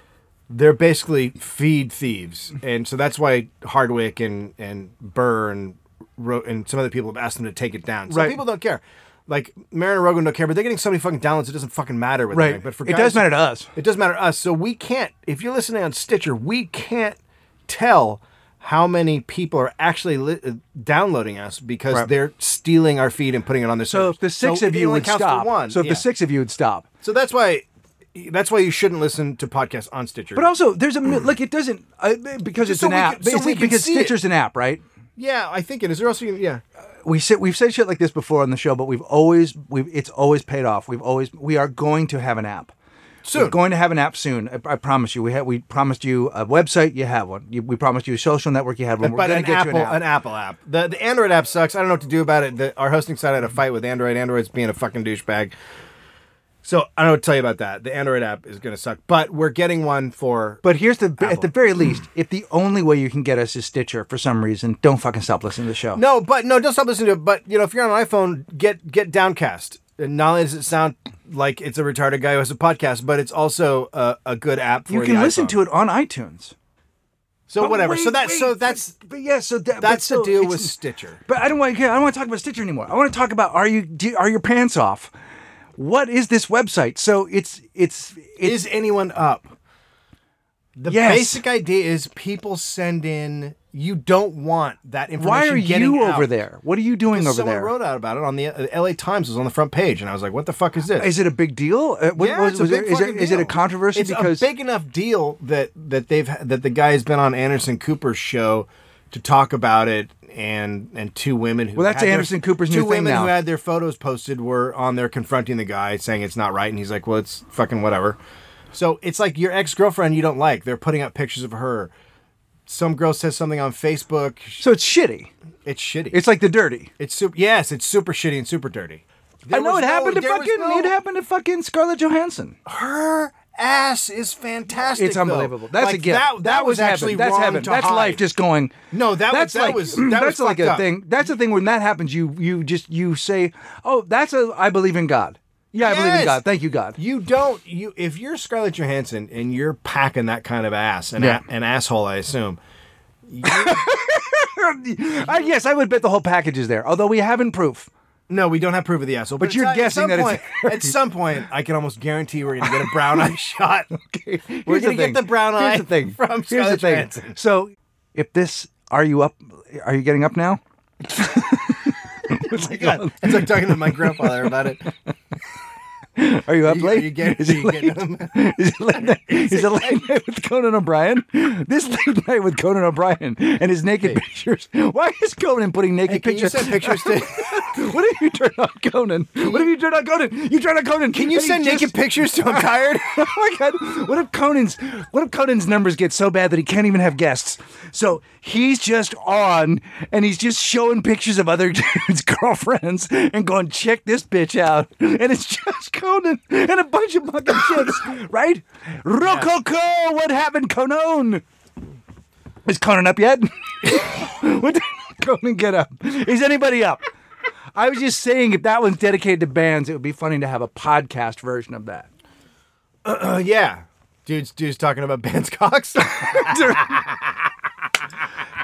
[SPEAKER 1] they're basically feed thieves, and so that's why Hardwick and and Burr and Ro- and some other people have asked them to take it down. So
[SPEAKER 2] Right.
[SPEAKER 1] people don't care. Like Marin and Rogan don't care, but they're getting so many fucking downloads. It doesn't fucking matter what. they're doing.
[SPEAKER 2] right,
[SPEAKER 1] But for
[SPEAKER 2] it
[SPEAKER 1] guys,
[SPEAKER 2] does matter to us.
[SPEAKER 1] It does matter to us. So we can't. If you're listening on Stitcher, we can't tell how many people are actually li- uh, downloading us because
[SPEAKER 2] Right.
[SPEAKER 1] they're stealing our feed and putting it on their
[SPEAKER 2] So
[SPEAKER 1] servers.
[SPEAKER 2] if the six of
[SPEAKER 1] it
[SPEAKER 2] you
[SPEAKER 1] only
[SPEAKER 2] would
[SPEAKER 1] counts for
[SPEAKER 2] stop,
[SPEAKER 1] one,
[SPEAKER 2] so if
[SPEAKER 1] yeah.
[SPEAKER 2] the six of you would stop,
[SPEAKER 1] so that's why, that's why you shouldn't listen to podcasts on Stitcher.
[SPEAKER 2] but also there's a mil- like it doesn't uh, because it's
[SPEAKER 1] so
[SPEAKER 2] an
[SPEAKER 1] we
[SPEAKER 2] app.
[SPEAKER 1] can- so we
[SPEAKER 2] Basically,
[SPEAKER 1] can
[SPEAKER 2] because
[SPEAKER 1] see it.
[SPEAKER 2] Stitcher's an app, right?
[SPEAKER 1] yeah, I think it is. There also, yeah,
[SPEAKER 2] we sit, we've said shit like this before on the show, but we've always we've it's always paid off. We've always we are going to have an app.
[SPEAKER 1] Soon.
[SPEAKER 2] We're going to have an app soon. I, I promise you. We had we promised you a website. You have one. You, we promised you a social network. You had one. We're
[SPEAKER 1] but
[SPEAKER 2] gonna
[SPEAKER 1] an
[SPEAKER 2] get
[SPEAKER 1] Apple,
[SPEAKER 2] you an app.
[SPEAKER 1] Apple app. The the Android app sucks. I don't know what to do about it. The, our hosting site had a fight with Android. Android's being a fucking douchebag. So I don't know what to tell you about that. The Android app is gonna suck, but we're getting one for.
[SPEAKER 2] but here's the at the very least, if the only way you can get us is Stitcher for some reason, don't fucking stop listening to the show.
[SPEAKER 1] No, but no, don't stop listening to it. But you know, if you're on an iPhone, get get Downcast. And not only does it sound like it's a retarded guy who has a podcast, but it's also a, a good app. For
[SPEAKER 2] you can listen to it on iTunes.
[SPEAKER 1] So
[SPEAKER 2] But
[SPEAKER 1] whatever. so
[SPEAKER 2] wait,
[SPEAKER 1] that's
[SPEAKER 2] wait,
[SPEAKER 1] so
[SPEAKER 2] but-
[SPEAKER 1] that's
[SPEAKER 2] but, yeah. So that, but
[SPEAKER 1] that's the
[SPEAKER 2] still,
[SPEAKER 1] deal
[SPEAKER 2] it's-
[SPEAKER 1] with Stitcher.
[SPEAKER 2] But I don't want. I don't want to talk about Stitcher anymore. I want to talk about are you do, are your pants off? What is this website? So it's it's it's
[SPEAKER 1] is anyone up? The
[SPEAKER 2] Yes.
[SPEAKER 1] basic idea is people send in. You don't want that information.
[SPEAKER 2] why are
[SPEAKER 1] getting
[SPEAKER 2] you
[SPEAKER 1] out.
[SPEAKER 2] over there? What are you doing over
[SPEAKER 1] Someone
[SPEAKER 2] there? Is
[SPEAKER 1] wrote out about it on the uh, L.A. Times. was on the front page, and I was like, "What the fuck is this?"
[SPEAKER 2] it a big deal? Uh, what-
[SPEAKER 1] yeah,
[SPEAKER 2] was-
[SPEAKER 1] it's a big
[SPEAKER 2] was there- is there-
[SPEAKER 1] fucking
[SPEAKER 2] is it a
[SPEAKER 1] deal.
[SPEAKER 2] controversy
[SPEAKER 1] It's
[SPEAKER 2] because
[SPEAKER 1] a big enough deal that that they've that the guy has been on Anderson Cooper's show to talk about it, and and two women who
[SPEAKER 2] Well, that's
[SPEAKER 1] had their-
[SPEAKER 2] Anderson Cooper's
[SPEAKER 1] two
[SPEAKER 2] new thing
[SPEAKER 1] women
[SPEAKER 2] now.
[SPEAKER 1] who had their photos posted were on there confronting the guy saying it's not right, and he's like, well, it's fucking whatever. So it's like your ex girlfriend you don't like. They're putting up pictures of her. Some girl says something on Facebook.
[SPEAKER 2] so it's shitty.
[SPEAKER 1] It's shitty.
[SPEAKER 2] It's like the dirty.
[SPEAKER 1] it's super. Yes, it's super shitty and super dirty.
[SPEAKER 2] I know
[SPEAKER 1] There
[SPEAKER 2] it
[SPEAKER 1] was no-
[SPEAKER 2] happened to
[SPEAKER 1] there was
[SPEAKER 2] fucking
[SPEAKER 1] no-
[SPEAKER 2] it happened to fucking Scarlett Johansson.
[SPEAKER 1] her ass is fantastic.
[SPEAKER 2] it's
[SPEAKER 1] though.
[SPEAKER 2] unbelievable. That's
[SPEAKER 1] Like,
[SPEAKER 2] a gift.
[SPEAKER 1] That, that, was
[SPEAKER 2] heaven.
[SPEAKER 1] actually
[SPEAKER 2] that's
[SPEAKER 1] wrong
[SPEAKER 2] heaven.
[SPEAKER 1] to
[SPEAKER 2] that's
[SPEAKER 1] hide.
[SPEAKER 2] life just going.
[SPEAKER 1] No, that was-
[SPEAKER 2] that's
[SPEAKER 1] that
[SPEAKER 2] like,
[SPEAKER 1] was- that
[SPEAKER 2] that's
[SPEAKER 1] was
[SPEAKER 2] like
[SPEAKER 1] fucked
[SPEAKER 2] a
[SPEAKER 1] up.
[SPEAKER 2] thing. That's the thing when that happens. You you just you say, oh, that's a I believe in God. Yeah, I believe in
[SPEAKER 1] Yes.
[SPEAKER 2] God. Thank you, God.
[SPEAKER 1] You don't. You if you're Scarlett Johansson and you're packing that kind of ass, an,
[SPEAKER 2] Yeah.
[SPEAKER 1] a, an asshole, I assume.
[SPEAKER 2] I, yes, I would bet the whole package is there. Although we haven't proof.
[SPEAKER 1] No, we don't have proof of the asshole. But,
[SPEAKER 2] you're
[SPEAKER 1] at-
[SPEAKER 2] guessing
[SPEAKER 1] at some
[SPEAKER 2] that it's-
[SPEAKER 1] point, at some point, I can almost guarantee we're gonna get a brown eye shot. Okay, we're gonna
[SPEAKER 2] Here's thing.
[SPEAKER 1] get the brown eye
[SPEAKER 2] Here's the thing.
[SPEAKER 1] from Scarlett
[SPEAKER 2] Here's the thing.
[SPEAKER 1] Johansson.
[SPEAKER 2] So, if this, are you up? Are you getting up now?
[SPEAKER 1] Oh my God. It's like talking to my grandfather about it.
[SPEAKER 2] Are you up
[SPEAKER 1] You,
[SPEAKER 2] late?
[SPEAKER 1] you get,
[SPEAKER 2] Is
[SPEAKER 1] you
[SPEAKER 2] it
[SPEAKER 1] get
[SPEAKER 2] late? Is it late night? Is it late night with Conan O'Brien? This late night with Conan O'Brien and his naked pictures. Why is Conan putting naked
[SPEAKER 1] Can you
[SPEAKER 2] pictures?
[SPEAKER 1] send pictures to?
[SPEAKER 2] what if you turn on Conan? What if you turn on Conan? You turn on Conan.
[SPEAKER 1] Can you send naked pictures to? I'm tired.
[SPEAKER 2] oh my god! What if Conan's what if Conan's numbers get so bad that he can't even have guests? So he's just on, and he's just showing pictures of other dudes' girlfriends and going, "Check this bitch out!" And it's just Conan and a bunch of fucking chicks, right? Rococo, what happened, Conan? Is Conan up yet? what did Conan get up? Is anybody up? I was just saying, if that one's dedicated to bands, it would be funny to have a podcast version of that.
[SPEAKER 1] Uh, yeah, dudes, dudes talking about bands cocks.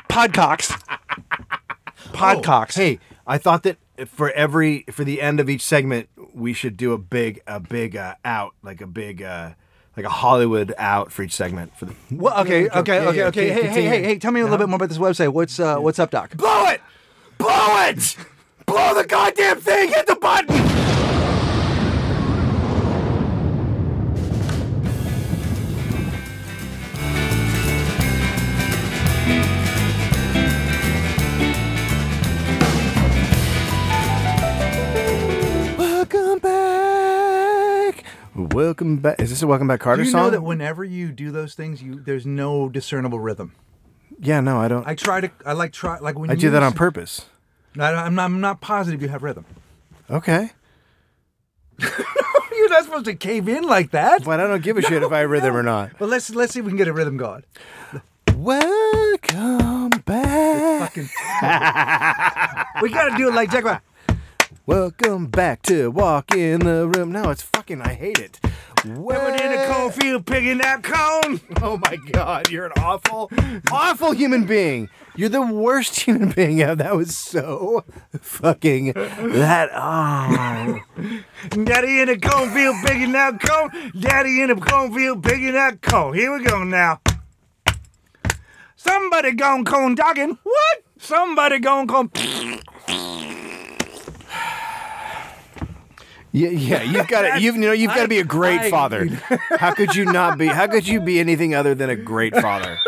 [SPEAKER 2] Podcocks. Podcocks.
[SPEAKER 1] Hey, I thought that for every for the end of each segment, we should do a big a big uh, out, like a big uh, like a Hollywood out for each segment. For the
[SPEAKER 2] Well, okay,
[SPEAKER 1] Yeah,
[SPEAKER 2] okay,
[SPEAKER 1] yeah,
[SPEAKER 2] okay,
[SPEAKER 1] yeah,
[SPEAKER 2] okay.
[SPEAKER 1] yeah,
[SPEAKER 2] Hey, hey,
[SPEAKER 1] continue.
[SPEAKER 2] hey, hey, tell me a little bit more about this website. What's uh, what's up, Doc?
[SPEAKER 1] blow it, blow it, blow the goddamn thing, hit the button. Welcome back. Welcome back. Is this a Welcome Back Carter song?
[SPEAKER 2] whenever you do those things, you there's no discernible rhythm.
[SPEAKER 1] yeah, no, I don't. I,
[SPEAKER 2] try to, I like try like when
[SPEAKER 1] do that on purpose.
[SPEAKER 2] I'm not, I'm not positive you have rhythm.
[SPEAKER 1] Okay.
[SPEAKER 2] You're not supposed to cave in like that.
[SPEAKER 1] But I don't give a shit if I rhythm or not.
[SPEAKER 2] But let's let's see if we can get a rhythm going.
[SPEAKER 1] Welcome back.
[SPEAKER 2] Fucking, we gotta do it like Jack. Black.
[SPEAKER 1] Welcome back to Walk in the Room. No, it's fucking, I hate it.
[SPEAKER 2] Coming in a cold field, picking that cone.
[SPEAKER 1] Oh my God, you're an awful, awful human being. You're the worst human being ever. That was so fucking that. Oh.
[SPEAKER 2] Daddy in a cornfield picking out corn. Daddy in a cornfield picking out corn. Here we go now. Somebody gone coon dogging. What? Somebody gone coon.
[SPEAKER 1] Yeah, yeah, you've got to, you've you know, you've got to be a great
[SPEAKER 2] I-
[SPEAKER 1] father. How could you not be? How could you be anything other than a great father?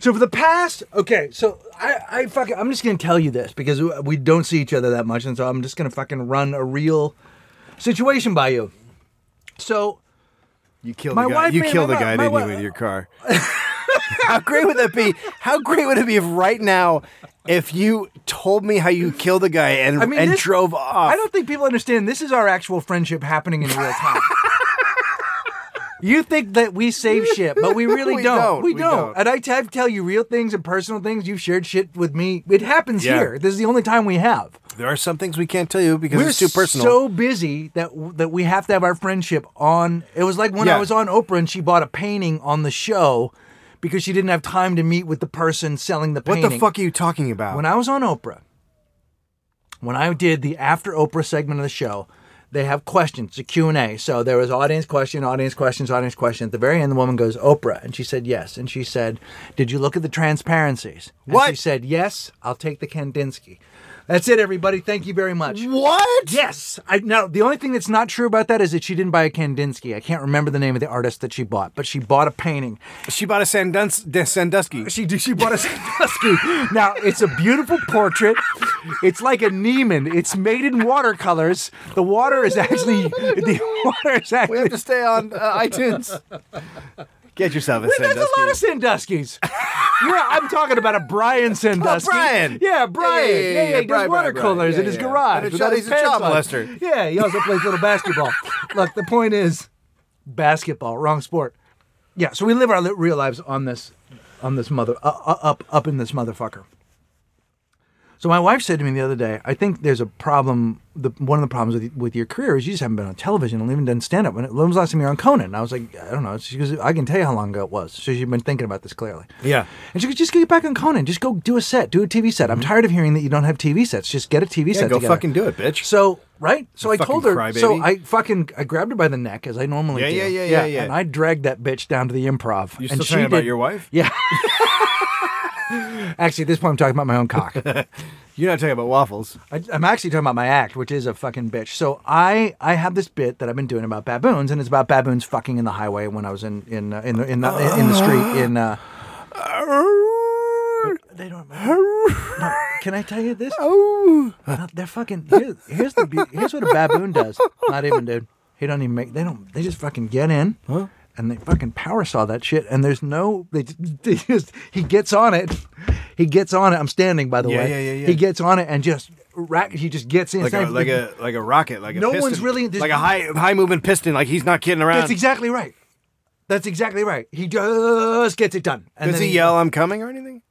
[SPEAKER 2] So for the past, okay, so I, I fucking, I'm just gonna tell you this because we don't see each other that much, and so I'm just gonna fucking run a real situation by you. So
[SPEAKER 1] You killed
[SPEAKER 2] My
[SPEAKER 1] the guy.
[SPEAKER 2] wife
[SPEAKER 1] you
[SPEAKER 2] made-
[SPEAKER 1] killed
[SPEAKER 2] my
[SPEAKER 1] the guy,
[SPEAKER 2] wi- my
[SPEAKER 1] didn't you,
[SPEAKER 2] wi-
[SPEAKER 1] with your car? how great would that be? How great would it be if right now, if you told me how you killed the guy and
[SPEAKER 2] I mean,
[SPEAKER 1] and
[SPEAKER 2] this-
[SPEAKER 1] drove off?
[SPEAKER 2] I don't think people understand this is our actual friendship happening in real time. You think that we save shit, but we really
[SPEAKER 1] We
[SPEAKER 2] don't.
[SPEAKER 1] don't,
[SPEAKER 2] We,
[SPEAKER 1] we
[SPEAKER 2] don't.
[SPEAKER 1] don't.
[SPEAKER 2] And I t- I tell you real things and personal things. You've shared shit with me. It happens
[SPEAKER 1] Yeah.
[SPEAKER 2] here. This is the only time we have.
[SPEAKER 1] there are some things we can't tell you because
[SPEAKER 2] We're
[SPEAKER 1] it's too personal.
[SPEAKER 2] so busy that that we have to have our friendship on. It was like when
[SPEAKER 1] Yeah.
[SPEAKER 2] I was on Oprah and she bought a painting on the show because she didn't have time to meet with the person selling the
[SPEAKER 1] what
[SPEAKER 2] painting.
[SPEAKER 1] the fuck are you talking about?
[SPEAKER 2] When I was on Oprah, when I did the after Oprah segment of the show, they have questions, a Q&A. So there was audience question, audience questions, audience question. At the very end, the woman goes, Oprah. And she said, yes. And she said, did you look at the transparencies? And
[SPEAKER 1] What?
[SPEAKER 2] she said, yes, I'll take the Kandinsky. That's it, everybody. Thank you very much.
[SPEAKER 1] what?
[SPEAKER 2] Yes. I now the only thing that's not true about that is that she didn't buy a Kandinsky. I can't remember the name of the artist that she bought, but she bought a painting.
[SPEAKER 1] She bought a Sandus- de- Sandusky.
[SPEAKER 2] She did- she bought a Sandusky. now Uh, it's a beautiful portrait. It's like a Neiman. It's made in watercolors. The water is actually the water is
[SPEAKER 1] We
[SPEAKER 2] actually.
[SPEAKER 1] have to stay on uh, iTunes. Get yourself a
[SPEAKER 2] Wait, that's
[SPEAKER 1] Sandusky.
[SPEAKER 2] a lot of Sanduskys. yeah, I'm talking about a Brian Sandusky.
[SPEAKER 1] Brian.
[SPEAKER 2] Yeah, Brian.
[SPEAKER 1] Oh, Yeah,
[SPEAKER 2] Yeah,
[SPEAKER 1] yeah, yeah, yeah,
[SPEAKER 2] he
[SPEAKER 1] Brian,
[SPEAKER 2] does
[SPEAKER 1] Brian,
[SPEAKER 2] watercolors
[SPEAKER 1] Brian.
[SPEAKER 2] in his
[SPEAKER 1] Yeah, yeah.
[SPEAKER 2] garage.
[SPEAKER 1] And it's-
[SPEAKER 2] without
[SPEAKER 1] he's
[SPEAKER 2] his
[SPEAKER 1] a child
[SPEAKER 2] pants on.
[SPEAKER 1] molester.
[SPEAKER 2] Yeah, he also plays little basketball. Look, the point is, basketball, wrong sport. Yeah, so we live our li- real lives on this, on this mother, uh, uh, up, up in this motherfucker. So my wife said to me the other day, I think there's a problem. The, one of the problems with, with your career is you just haven't been on television and even done stand up. When, when was the last time you were on Conan? And I was like, I don't know. She goes, I can tell you how long ago it was. So she'd been thinking about this clearly.
[SPEAKER 1] Yeah.
[SPEAKER 2] And she goes, just get back on Conan. Just go do a set. Do a TV set. I'm tired of hearing that you don't have TV sets. Just get a TV
[SPEAKER 1] Mm-hmm. Yeah,
[SPEAKER 2] set
[SPEAKER 1] go
[SPEAKER 2] together.
[SPEAKER 1] fucking do it, bitch.
[SPEAKER 2] So right, so I
[SPEAKER 1] fucking
[SPEAKER 2] told her.
[SPEAKER 1] crybaby.
[SPEAKER 2] So I fucking I grabbed her by the neck as I normally
[SPEAKER 1] Yeah,
[SPEAKER 2] do.
[SPEAKER 1] yeah, yeah, yeah, yeah.
[SPEAKER 2] And I dragged that bitch down to the improv.
[SPEAKER 1] You're
[SPEAKER 2] and
[SPEAKER 1] still
[SPEAKER 2] she
[SPEAKER 1] talking about
[SPEAKER 2] did-
[SPEAKER 1] your wife?
[SPEAKER 2] Yeah. Actually, at this point, I'm talking about my own cock.
[SPEAKER 1] You're not talking about waffles.
[SPEAKER 2] I, I'm actually talking about my act, which is a fucking bitch. So I I have this bit that I've been doing about baboons, and it's about baboons fucking in the highway when I was in in uh, in the in the, in the street in. Uh, they don't. No, can I tell you this?
[SPEAKER 1] Oh.
[SPEAKER 2] No, They're fucking. Here, here's the. beau- Here's what a baboon does. Not even, dude. He don't even make. They don't. They just fucking get in. And they fucking power saw that shit. And there's no. They, they just. He gets on it. He gets on it. I'm standing, by the
[SPEAKER 1] Yeah,
[SPEAKER 2] way.
[SPEAKER 1] yeah, yeah, yeah.
[SPEAKER 2] He gets on it and just. Rack, he just gets in.
[SPEAKER 1] Like
[SPEAKER 2] It's
[SPEAKER 1] a,
[SPEAKER 2] not-
[SPEAKER 1] like a like a rocket, like a
[SPEAKER 2] No
[SPEAKER 1] piston.
[SPEAKER 2] one's really- there's-
[SPEAKER 1] like a high high movement piston. Like he's not kidding around.
[SPEAKER 2] That's exactly right. That's exactly right. He just gets it done. And
[SPEAKER 1] Does
[SPEAKER 2] then
[SPEAKER 1] he yell, "I'm coming" or anything?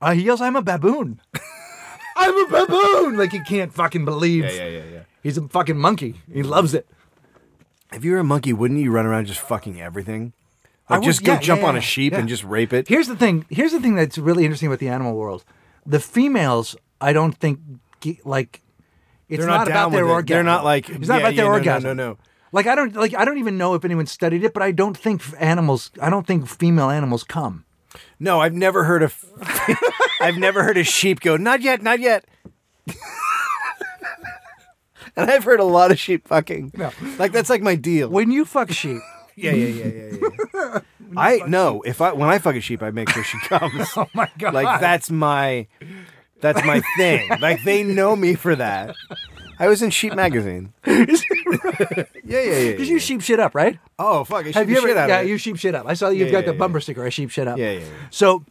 [SPEAKER 2] Uh, he yells, "I'm a baboon! I'm a baboon!" Like he can't fucking believe.
[SPEAKER 1] yeah, yeah.
[SPEAKER 2] He's a fucking monkey. He loves it.
[SPEAKER 1] If you were a monkey, wouldn't you run around just fucking everything? Like
[SPEAKER 2] would-
[SPEAKER 1] just go
[SPEAKER 2] yeah,
[SPEAKER 1] jump
[SPEAKER 2] yeah,
[SPEAKER 1] on a
[SPEAKER 2] yeah,
[SPEAKER 1] sheep
[SPEAKER 2] yeah.
[SPEAKER 1] and just rape it.
[SPEAKER 2] Here's the thing. Here's the thing that's really interesting about the animal world. The females, I don't think ge- like. It's
[SPEAKER 1] They're not down
[SPEAKER 2] about their
[SPEAKER 1] with it.
[SPEAKER 2] orgasm.
[SPEAKER 1] They're not like,
[SPEAKER 2] It's not
[SPEAKER 1] yeah,
[SPEAKER 2] about
[SPEAKER 1] yeah,
[SPEAKER 2] their
[SPEAKER 1] no, no,
[SPEAKER 2] orgasm.
[SPEAKER 1] no, no.
[SPEAKER 2] Like I don't like. I don't even know if anyone studied it, but I don't think f- animals. I don't think female animals come.
[SPEAKER 1] No, I've never heard of. I've never heard a sheep go, "Not yet, not yet." and I've heard a lot of sheep fucking.
[SPEAKER 2] No.
[SPEAKER 1] Like that's like my deal.
[SPEAKER 2] When you fuck sheep,
[SPEAKER 1] Yeah, yeah, yeah, yeah, yeah. I no, if I when I fuck a sheep, I make sure she comes.
[SPEAKER 2] oh my god!
[SPEAKER 1] Like that's my that's my thing. like they know me for that. I was in Sheep magazine. Yeah, yeah, yeah.
[SPEAKER 2] Because
[SPEAKER 1] yeah.
[SPEAKER 2] you sheep shit up, right?
[SPEAKER 1] oh fuck, I
[SPEAKER 2] Have
[SPEAKER 1] shoot
[SPEAKER 2] you
[SPEAKER 1] the
[SPEAKER 2] ever?
[SPEAKER 1] shit out
[SPEAKER 2] Yeah,
[SPEAKER 1] of it.
[SPEAKER 2] you sheep shit up. I saw you've
[SPEAKER 1] Yeah,
[SPEAKER 2] got
[SPEAKER 1] yeah,
[SPEAKER 2] the
[SPEAKER 1] yeah.
[SPEAKER 2] bumper sticker. I sheep shit up.
[SPEAKER 1] Yeah, yeah, yeah.
[SPEAKER 2] So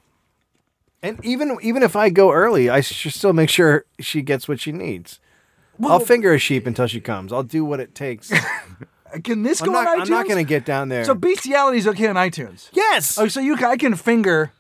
[SPEAKER 1] And even even if I go early, I should still make sure she gets what she needs. I'll finger a sheep until she comes. I'll do what it takes. I'm
[SPEAKER 2] uh, can this go
[SPEAKER 1] not,
[SPEAKER 2] on iTunes?
[SPEAKER 1] I'm not going to get down there.
[SPEAKER 2] So bestiality is okay on iTunes.
[SPEAKER 1] yes,
[SPEAKER 2] Oh, so you ca- I can finger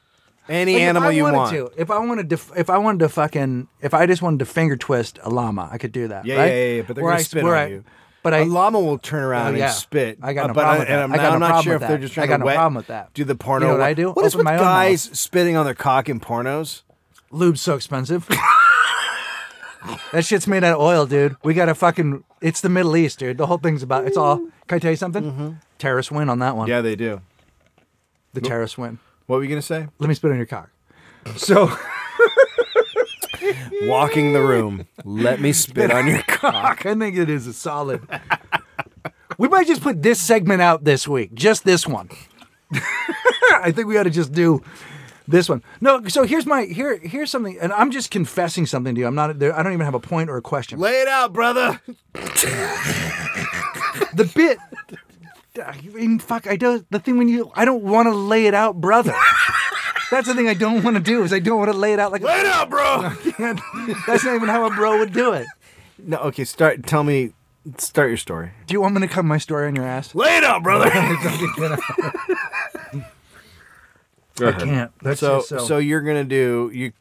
[SPEAKER 1] any
[SPEAKER 2] like, if
[SPEAKER 1] animal
[SPEAKER 2] Oh, I
[SPEAKER 1] you
[SPEAKER 2] wanted
[SPEAKER 1] want.
[SPEAKER 2] To, if I wanted to, f- if I wanted to fucking, if I just wanted to finger twist a llama, I could do that.
[SPEAKER 1] Yeah,
[SPEAKER 2] right?
[SPEAKER 1] yeah, yeah, yeah, but they're
[SPEAKER 2] Where
[SPEAKER 1] gonna
[SPEAKER 2] I-
[SPEAKER 1] spit
[SPEAKER 2] where
[SPEAKER 1] on
[SPEAKER 2] I-
[SPEAKER 1] you.
[SPEAKER 2] But
[SPEAKER 1] A
[SPEAKER 2] I
[SPEAKER 1] llama will turn around
[SPEAKER 2] Oh, yeah.
[SPEAKER 1] and spit.
[SPEAKER 2] I got
[SPEAKER 1] uh,
[SPEAKER 2] no
[SPEAKER 1] but
[SPEAKER 2] problem with
[SPEAKER 1] And
[SPEAKER 2] that.
[SPEAKER 1] I'm,
[SPEAKER 2] I got
[SPEAKER 1] now
[SPEAKER 2] no
[SPEAKER 1] I'm not
[SPEAKER 2] problem
[SPEAKER 1] sure if
[SPEAKER 2] with
[SPEAKER 1] they're
[SPEAKER 2] that.
[SPEAKER 1] just
[SPEAKER 2] I
[SPEAKER 1] trying
[SPEAKER 2] got
[SPEAKER 1] to
[SPEAKER 2] no
[SPEAKER 1] wet-
[SPEAKER 2] problem with that.
[SPEAKER 1] do the
[SPEAKER 2] You know
[SPEAKER 1] porno.
[SPEAKER 2] what I do?
[SPEAKER 1] What is
[SPEAKER 2] Open
[SPEAKER 1] with
[SPEAKER 2] my own
[SPEAKER 1] guys spitting on their cock in pornos?
[SPEAKER 2] lube's so expensive. that shit's made out of oil, dude. We got to fucking. It's the Middle East, dude. The whole thing's about. It's all. Can I tell you something? Terrorists win on that one.
[SPEAKER 1] Mm-hmm. Yeah, they do.
[SPEAKER 2] The terrorists win.
[SPEAKER 1] What were you gonna say?
[SPEAKER 2] Let me spit on your cock. So
[SPEAKER 1] Walking the room. Let me spit on your cock.
[SPEAKER 2] cock, I think it is a solid. we might just put this segment out this week, just this one. I think we ought to just do this one. No, so here's my here here's something, and I'm just confessing something to you. I'm not there. I don't even have a point or a question.
[SPEAKER 1] Lay it out, brother.
[SPEAKER 2] the bit. I mean, fuck. I don't. The thing when you, I don't want to lay it out, brother. That's the thing I don't want to do is I don't want to lay it out like.
[SPEAKER 1] Lay it out, bro.
[SPEAKER 2] That's not even how a bro would do it.
[SPEAKER 1] No, okay. Start. Tell me. Start your story.
[SPEAKER 2] Do you want me to cover my story on your ass?
[SPEAKER 1] Lay it out, brother.
[SPEAKER 2] I can't. That's
[SPEAKER 1] So,
[SPEAKER 2] just
[SPEAKER 1] so you're gonna do you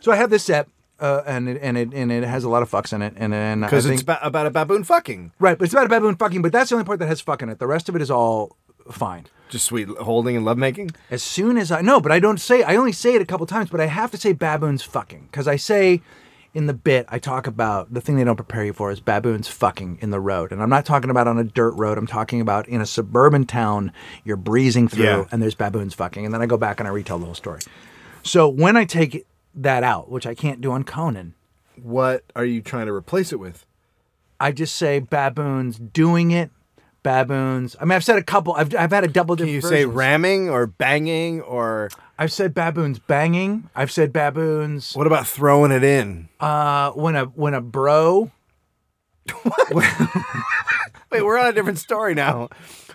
[SPEAKER 2] So I have this set, uh, and it and it and it has a lot of fucks in it, and and I
[SPEAKER 1] because
[SPEAKER 2] think
[SPEAKER 1] it's about, about a baboon fucking.
[SPEAKER 2] right, but it's about a baboon fucking, but that's the only part that has fuck in it. The rest of it is all fine.
[SPEAKER 1] Just sweet holding and lovemaking.
[SPEAKER 2] As soon as I no, but I don't say I only say it a couple times, but I have to say baboons fucking because I say in the bit I talk about the thing they don't prepare you for is baboons fucking in the road, and I'm not talking about on a dirt road. I'm talking about in a suburban town you're breezing through,
[SPEAKER 1] Yeah.
[SPEAKER 2] and there's baboons fucking, and then I go back and I retell the whole story. So when I take that out, which I can't do on Conan.
[SPEAKER 1] What are you trying to replace it with?
[SPEAKER 2] I just say baboons doing it. Baboons. I mean, I've said a couple. I've I've had a double.
[SPEAKER 1] Can you say ramming or banging or
[SPEAKER 2] I've said baboons banging. I've said baboons.
[SPEAKER 1] what about throwing it in?
[SPEAKER 2] Uh, when a when a bro.
[SPEAKER 1] Wait, we're on a different story now.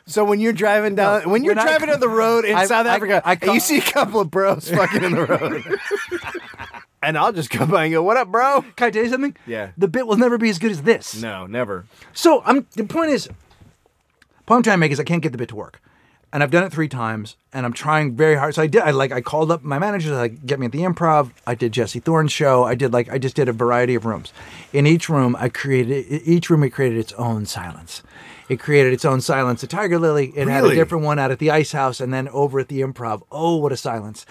[SPEAKER 1] So when you're driving down, when you're
[SPEAKER 2] when I-
[SPEAKER 1] driving on the road in
[SPEAKER 2] I-
[SPEAKER 1] South
[SPEAKER 2] I-
[SPEAKER 1] Africa,
[SPEAKER 2] I
[SPEAKER 1] and
[SPEAKER 2] ca-
[SPEAKER 1] you see a couple of bros fucking in the road, and I'll just come by and go, "What up, bro?"
[SPEAKER 2] Can I tell you something?
[SPEAKER 1] Yeah.
[SPEAKER 2] The bit will never be as good as this.
[SPEAKER 1] No, never.
[SPEAKER 2] So I'm. The point is, point I'm trying to make is I can't get the bit to work, and I've done it three times, and I'm trying very hard. So I did. I like I called up my managers. Like get me at the improv. I did Jesse Thorne's show. I did like I just did a variety of rooms. In each room, I created e- each room. We created its own silence. It created its own silence. at Tiger Lily. It had a
[SPEAKER 1] Really?
[SPEAKER 2] different one out at the Ice House, and then over at the improv. Oh, what a silence!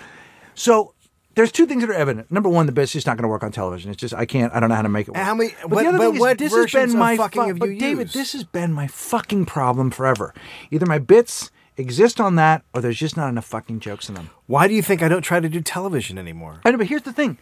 [SPEAKER 2] So. There's two things that are evident. Number one, the bit's just not going to work on television. It's just I can't. I don't know how to make it work.
[SPEAKER 1] How many-
[SPEAKER 2] But
[SPEAKER 1] what-
[SPEAKER 2] the other
[SPEAKER 1] but
[SPEAKER 2] thing is,
[SPEAKER 1] what
[SPEAKER 2] this has
[SPEAKER 1] versions
[SPEAKER 2] been
[SPEAKER 1] of
[SPEAKER 2] my
[SPEAKER 1] fucking
[SPEAKER 2] fuck-
[SPEAKER 1] have
[SPEAKER 2] but
[SPEAKER 1] you
[SPEAKER 2] David,
[SPEAKER 1] used?
[SPEAKER 2] this has been my fucking problem forever. Either my bits exist on that, or there's just not enough fucking jokes in them.
[SPEAKER 1] Why do you think I don't try to do television anymore?
[SPEAKER 2] I know, but here's the thing.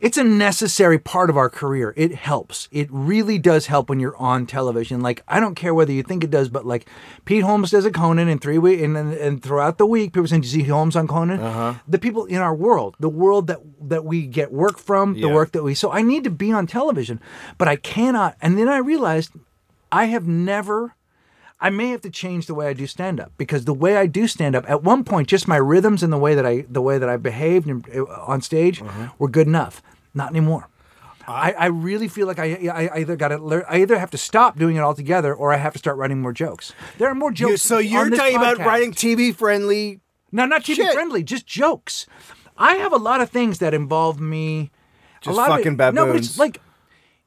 [SPEAKER 2] It's a necessary part of our career. It helps. It really does help when you're on television. Like I don't care whether you think it does, but like Pete Holmes does a Conan in three weeks, and, and and throughout the week, people saying, "Did you see Holmes on Conan?" Uh-huh. The people in our world, the world that that we get work from, the
[SPEAKER 1] Yeah.
[SPEAKER 2] work that we. So I need to be on television, but I cannot. And then I realized I have never. I may have to change the way I do stand up because the way I do stand up at one point just my rhythms and the way that I the way that I behaved and, uh, on stage
[SPEAKER 1] Mm-hmm.
[SPEAKER 2] were good enough not anymore
[SPEAKER 1] Uh,
[SPEAKER 2] I, I really feel like I, I I either got to learn I either have to stop doing it altogether or I have to start writing more jokes there are more jokes
[SPEAKER 1] You- so you're
[SPEAKER 2] on this
[SPEAKER 1] talking about
[SPEAKER 2] podcast.
[SPEAKER 1] writing TV friendly.
[SPEAKER 2] no not keeping
[SPEAKER 1] Shit.
[SPEAKER 2] friendly just jokes I have a lot of things that involve me
[SPEAKER 1] Just
[SPEAKER 2] a lot
[SPEAKER 1] fucking
[SPEAKER 2] of it, no but it's
[SPEAKER 1] baboons.
[SPEAKER 2] like